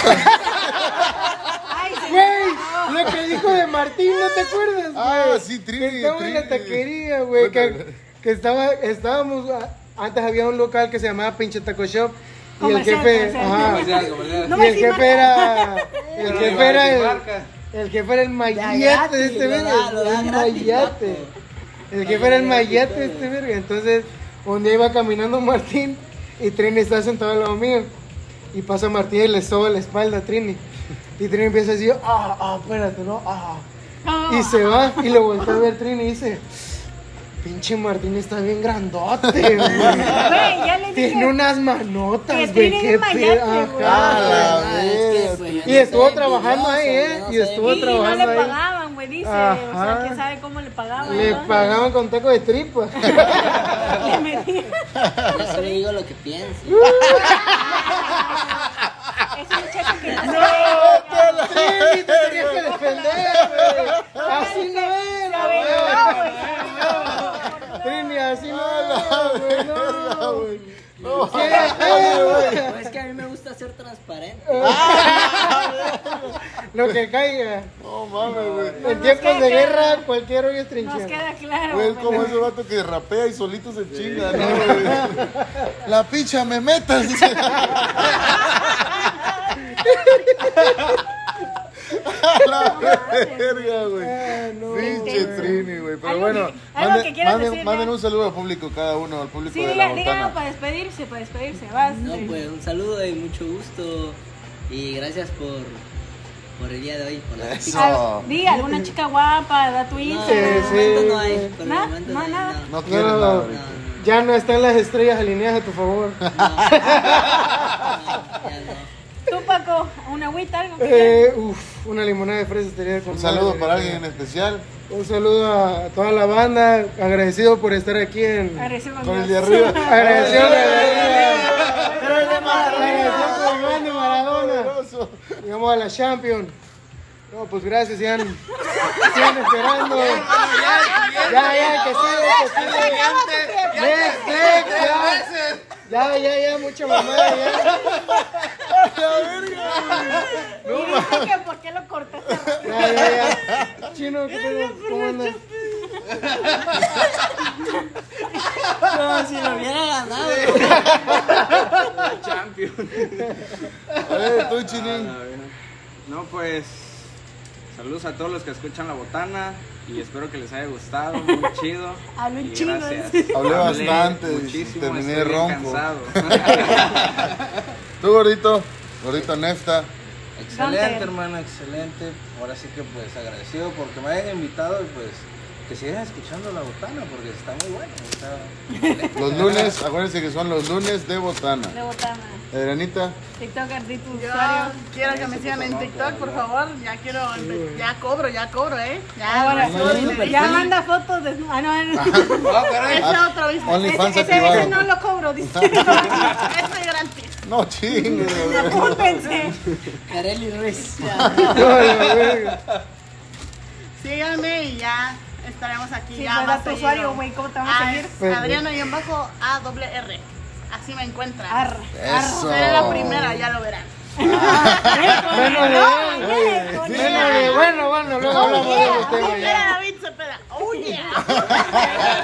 S2: Ay, sí.
S3: Güey, lo que dijo de Martín, ¿no te acuerdas, güey?
S1: ah, sí, Trini.
S3: Que estaba en la
S1: Trini.
S3: taquería, güey. Que,
S1: Cuéntale.
S3: que estaba, estábamos. a- Antes había un local que se llamaba Pinche Taco Shop. Y el
S2: Comercial,
S3: jefe.
S2: comercial.
S3: ajá,
S5: Comercial, comercial.
S2: No
S3: y
S2: me
S3: el
S2: decís
S3: jefe era. El
S5: Pero
S3: jefe
S5: ni
S3: era el.
S5: marca.
S3: El jefe era el mayate
S4: gratis,
S3: de este
S4: lo
S3: verga.
S4: da- lo da
S3: El
S4: gratis,
S3: mayate.
S4: loco.
S3: El jefe era el mayate de este verga. Entonces, un día iba caminando Martín y Trini estaba sentado al lado mío. Y pasa Martín y le soba la espalda a Trini. Y Trini empieza a decir, ah, ah, espérate, no, ah. Y se va y lo voltea a ver Trini y dice, pinche Martín está bien grandote, güey.
S2: Güey, ya le dije.
S3: Tiene unas
S2: que
S3: manotas, güey,
S2: tiene
S3: qué
S2: un mayate,
S3: pedo.
S2: güey.
S1: Ah,
S3: Ajá.
S1: la verga.
S3: Y estuvo trabajando ahí, ¿eh? Y estuvo
S2: Y no le
S3: trabajando ahí.
S2: pagaban, güey, dice. O sea,
S3: Ajá.
S2: quién sabe cómo le pagaban.
S3: Le
S2: ¿no?
S3: pagaban con taco de tripa.
S2: Le metían.
S4: Yo solo digo lo que pienso.
S2: Es un muchacho que no
S3: Trini, te tenías que defender, güey. Así no era, güey. Trini, así no era, güey. No, güey.
S4: Pero Pues es que a mí me gusta ser transparente.
S3: Lo que caiga.
S1: No mames, güey.
S3: En tiempos
S2: queda
S3: de
S2: claro.
S3: guerra, cualquier hoy es
S2: Nos
S3: trinchera.
S2: queda
S1: Güey,
S2: claro.
S1: Pues, es
S2: güey.
S1: como ese vato que rapea y solito se chinga, ¿no, güey? La picha, me metas. la verga, güey. Pinche Trini, güey. Pero
S2: Algo
S1: bueno,
S2: que- algo que
S1: manden,
S2: quieras
S1: manden-
S2: decir,
S1: manden
S2: ya.
S1: un saludo al público, cada uno, al público
S2: Sí,
S1: de la
S2: diga, diga algo
S1: botana.
S2: para despedirse, para despedirse. Vas.
S4: No,
S2: Trini.
S4: pues un saludo y mucho gusto. Y gracias por, por el día de hoy. Por la
S1: Eso.
S2: Al- di alguna chica guapa, da tu
S4: No,
S2: Instagram.
S4: por el
S3: Sí,
S4: momento
S3: sí.
S4: no hay. Por el
S2: Na-
S4: momento
S2: no,
S4: no hay,
S2: nada.
S1: No quieren
S3: No.
S1: nada
S4: No,
S1: ahorita.
S4: no.
S3: Ya no están las estrellas alineadas a tu favor.
S2: Tú, Paco, una agüita, algo que quieras.
S3: Eh, uf, una limonada de fresa estaría con
S1: Un
S3: madre,
S1: saludo para
S3: güey.
S1: alguien en especial.
S3: Un saludo a toda la banda. Agradecido por estar aquí en.
S2: Agradecido con
S1: Con el de
S2: Dios.
S1: arriba.
S3: Agradecido. Agradecido por el grande Maradona.
S1: Poderoso.
S3: Llegamos a la Champions. No, pues gracias, sigan, sigan esperando. Ya, ya, que sigan, que sigan. Next, next, ya. Ya, ya, ya, mucha mamada, ya.
S2: Y dice que por qué lo cortaste.
S3: Ya, ya, ya. Chino, ¿qué pedo? ¿Cómo andas?
S4: No, si lo hubiera ganado.
S5: Champion.
S1: A ver, tú, Chinín.
S5: A ver. No, pues saludos a todos los que escuchan La Botana y espero que les haya gustado, muy chido.
S2: Hablé
S5: Y
S2: chido.
S5: gracias.
S1: Hablé bastante,
S5: muchísimo,
S1: terminé
S5: estoy bien
S1: ronco.
S5: cansado.
S1: Tú, gordito. Gordito Nefta.
S2: Dante.
S7: Excelente, hermano, excelente. Ahora sí que pues agradecido porque me hayan invitado y pues que sigan escuchando la botana porque está muy bueno. está-
S1: Los lunes, acuérdense que son los lunes de botana.
S2: De botana.
S1: Eranita,
S2: TikTok, di tu
S6: Yo
S2: usuario.
S6: quiero que me sigan en TikTok, por favor. Ya quiero, empe- ya cobro, ya cobro, ¿eh? Ya,
S2: Ahora,
S6: subo dinerito.
S2: Ah, ya manda fotos de. Ah, no, no.
S6: Ese otro mismo.
S1: Only-
S2: Ese,
S1: OnlyFans
S2: ese,
S1: activado.
S2: ese no lo cobro, dice. Ah,
S6: Ese es gratis.
S1: no chingues. güey.
S2: Apúntense.
S4: Carelli Ruiz.
S3: No, la verga.
S6: Síganme y ya estaremos aquí.
S2: Sí,
S6: ya
S2: pero a
S6: más
S2: tu
S6: seguido.
S2: usuario, güey, ¿cómo te vamos a
S6: Ah,
S2: seguir?
S6: es
S3: Pues,
S6: Adriana y en bajo A doble R. Así me encuentran.
S2: Arr,
S1: Eso.
S6: Seré la primera, ya lo verán.
S3: Menos de-
S2: No, ¿qué? Con
S3: menos de- Bueno, bueno, luego hablamos de los
S6: Oh,
S3: temas ya.
S6: yeah, David Cepeda. Oh, yeah.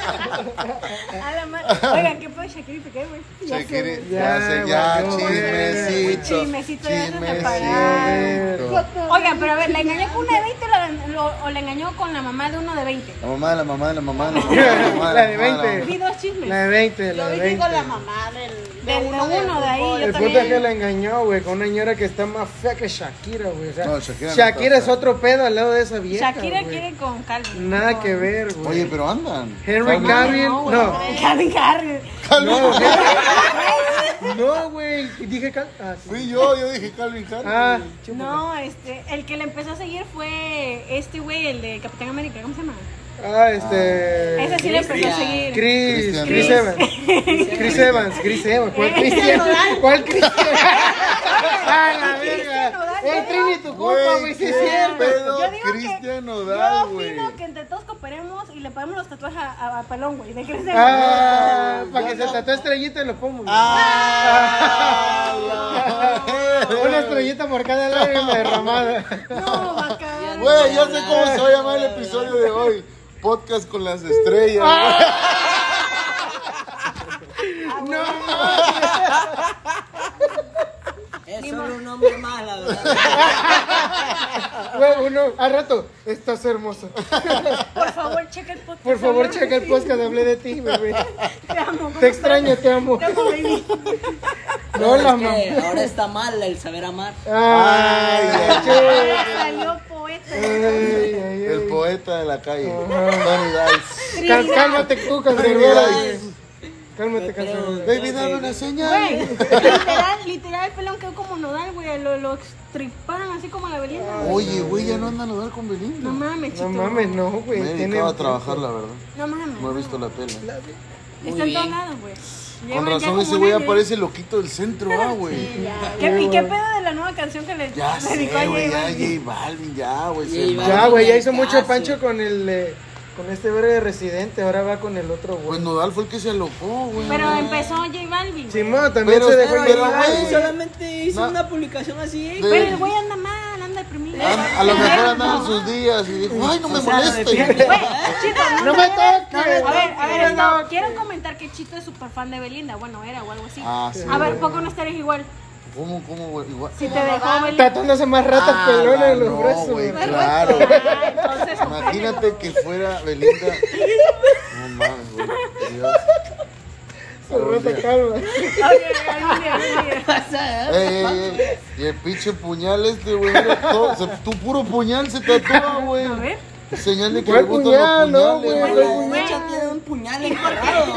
S2: A la madre. Oigan, ¿qué fue Shakira y Piqué, güey? Ya sé,
S1: Shakira,
S2: güey.
S1: Ya, se- ya,
S3: valió,
S1: chismecito.
S2: Chismecito, ya dejas de pagar.
S1: Chismecito.
S2: Oigan, pero a ver, ¿la engañó con una de 20 o la, lo- o la engañó con la mamá de uno de 20?
S1: La mamá de la mamá de la mamá de la mamá. de mamá
S3: La de
S1: mamá mamá.
S3: 20.
S2: Vi dos chismes.
S3: La de 20, la
S6: Lo
S3: de
S6: dije con la
S3: 20.
S6: mamá del,
S2: Del de uno de ahí,
S6: fútbol.
S2: yo
S3: El
S2: también.
S3: punto es que la engañó, güey, con una señora que está más fea que Shakira, güey. O sea,
S1: No, Shakira
S3: Shakira,
S1: no está
S3: es
S1: fea.
S3: otro pedo al lado de esa vieja.
S2: Shakira
S3: güey.
S2: quiere con Calvin.
S3: Nada
S2: Con-
S3: que ver, güey.
S1: Oye, pero andan.
S3: Henry Cavill,
S2: No,
S3: no.
S2: güey, con Calvin Harris.
S3: No, güey. Dije cal. Ah, sí.
S1: Fui yo, yo dije Calvin Harris.
S3: Ah,
S2: No, este, el que le empezó a seguir fue este güey, el de Capitán América, ¿cómo se llama?
S3: ah, este.
S2: Ese sí le empezó a
S4: Christian.
S2: seguir.
S3: Chris,
S1: Christian
S3: Chris
S1: Bale.
S3: Evans. Chris Evans, Chris Evans. ¿Cuál Christian? ¿Cuál Christian? Ah, la verga.
S2: Nodal,
S3: Eh,
S2: ¿no?
S3: Trini, tu culpa, güey, sí es
S1: qué
S3: cierto.
S1: pedo,
S2: Yo digo que,
S1: Cristian
S2: yo
S1: Nodal, güey.
S2: opino que entre todos cooperemos y le ponemos los tatuajes a, a- a Palón, güey, de Cristian.
S3: Ah, para que se tatúe estrellita en los pomos. güey.
S1: Ah,
S3: Una estrellita por cada lágrima derramada.
S2: No, bacán.
S1: Güey, ya sé cómo se va a llamar el episodio de hoy. Podcast con las estrellas.
S3: No,
S4: Es
S2: Ni
S4: solo
S2: modo.
S4: un hombre más, la verdad.
S3: Güey, uno, al rato, estás hermosa.
S2: Por favor, checa el podcast.
S3: Por favor,
S2: Hablamos
S3: checa el
S2: de
S3: podcast, hablé de ti, bebé.
S2: ti. Te amo. ¿cómo
S3: Te extraño, te amo.
S2: estás? Te amo, baby.
S3: No
S4: Es
S3: la
S4: que
S3: mamá.
S4: Ahora está mal el saber amar.
S3: Ay,
S1: Ay,
S3: che.
S2: Ahora salió poeta.
S3: Ay, ay,
S1: El
S3: ay.
S1: poeta de la calle.
S3: Ajá.
S1: Tony Dice.
S3: Cal-
S2: Trinidad.
S3: Cálmate tú, cancerbero. Cálmate, cancerbero.
S1: Baby, dame una
S2: Güey,
S1: señal.
S2: literal, literal, el pelón quedó como nodal, güey. Lo, lo extriparon así como la Belinda. güey.
S1: Oye, güey, ya no andan a dar con
S2: No
S1: Belinda.
S2: mames, chito.
S3: No mames, no,
S1: Me
S3: güey.
S1: he
S3: tiene-
S1: dedicado a trabajar, la verdad.
S2: No mames.
S1: No he visto la tele.
S4: Muy
S2: Está en todos
S4: bien.
S2: lados, güey.
S1: Con
S2: Llevan ya
S1: razón
S2: como
S1: ese
S2: un
S1: güey
S2: año, ¿eh?
S1: aparece loquito del centro, ah, güey.
S2: ¿Qué, ¿Y qué pedo de la nueva canción que le
S1: Ya sé,
S2: dedicó a
S1: güey,
S2: J
S1: ya
S2: Balvin?
S1: J Balvin, ya, güey.
S4: J
S1: se
S4: Balvin.
S1: mama.
S3: Ya, güey, ya hizo
S4: Casi.
S3: mucho pancho con el. eh, con este verga de residente, ahora va con el otro,
S1: Pues
S3: güey.
S1: Nodal fue el que se alocó, güey.
S2: Pero empezó J Balvin. güey.
S3: Simón también
S1: Pero-
S3: se dejó
S4: Pero
S1: Pero,
S3: llevar,
S1: güey,
S4: igual,
S3: güey.
S4: solamente hizo
S1: No.
S4: una publicación así, ¿eh?
S1: De-
S2: Pero el güey anda mal, anda deprimido.
S1: Ah, A lo mejor andaba en sus días y dijo, ay, no me
S4: O sea, lo
S1: moleste.
S4: defiende.
S2: Güey, Chito, no,
S3: No me toques.
S2: A ver, a ver,
S3: No,
S2: esto, quiero comentar que Chito es súper fan de Belinda. Bueno, era o algo así.
S1: Ah, sí,
S2: a ver,
S1: güey.
S2: poco no estarías igual.
S1: ¿Cómo, cómo, güey? Igual.
S2: Si te dejó Belinda.
S3: Tratándose más ratas
S1: Ah,
S3: pelones en los
S1: no,
S3: brazos,
S1: güey,
S3: güey.
S1: claro.
S2: Ah, entonces,
S1: Imagínate que fuera Belinda. No mames, güey. Dios.
S3: Se rota calma.
S2: Oye, oye, oye, oye.
S4: Eh,
S1: Ey, ey, ey. Y el pinche puñal este, güey. mira, todo- se- Tu puro puñal se tatúa, güey.
S2: A ver.
S1: Señal de que le
S3: ¿Cuál
S1: gustan
S3: puñal? No,
S1: los
S3: güey,
S1: puñales,
S3: no,
S1: güey.
S4: La
S3: güey.
S4: derecha tiene un puñal encarrado.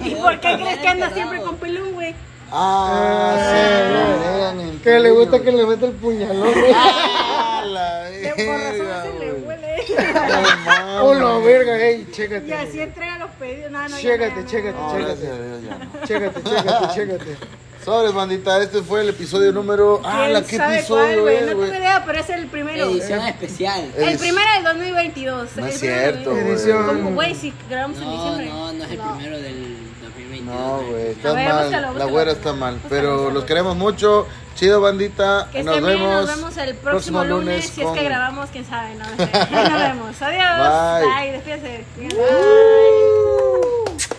S2: ¿Y por qué crees que anda siempre con pelón, güey?
S1: Ah,
S3: Ah,
S1: sí, lean el
S3: Que le gusta
S1: puño,
S3: que
S1: güey.
S3: le meta el puñalón, güey.
S1: Ah, la
S2: De- Por razón
S1: verga,
S2: se le
S1: güey.
S2: huele.
S1: No mames.
S3: Hola, Oh, verga, ey,
S2: Y así
S3: chécate.
S2: entrega los pedidos. No, no, ya
S3: Chécate,
S2: no, ya no.
S3: chécate.
S1: No, gracias a Dios, ya no.
S3: Chécate, chécate, chécate.
S1: Sobres, bandita, este fue el episodio número. ¡Ah,
S2: ¿Quién
S1: la qué
S2: sabe
S1: episodio
S2: cuál,
S1: es,
S2: No
S1: güey!
S2: tengo idea, pero es el primero.
S4: Edición especial.
S1: Eh,
S2: El
S1: Es-
S2: primero del 2022.
S1: No
S2: el
S1: es
S2: primero del
S1: cierto, güey.
S2: 2022. Como,
S3: Edición.
S2: güey, si grabamos en
S4: No,
S2: diciembre.
S4: no, no es el primero del 2022.
S1: No, güey,
S2: A
S1: estás
S2: ver,
S1: mal.
S2: búscalo,
S1: la
S2: búscalo.
S1: güera está mal.
S2: Búscalo,
S1: Pero
S2: búscalo.
S1: los queremos mucho. Chido, bandita.
S2: Que
S1: nos,
S2: estén
S1: vemos
S2: bien, nos vemos el próximo, lunes. Si es
S1: con-
S2: que grabamos, quién sabe, no sé. Ahí nos vemos. Adiós.
S1: Bye.
S2: Ay, despídese. Bye.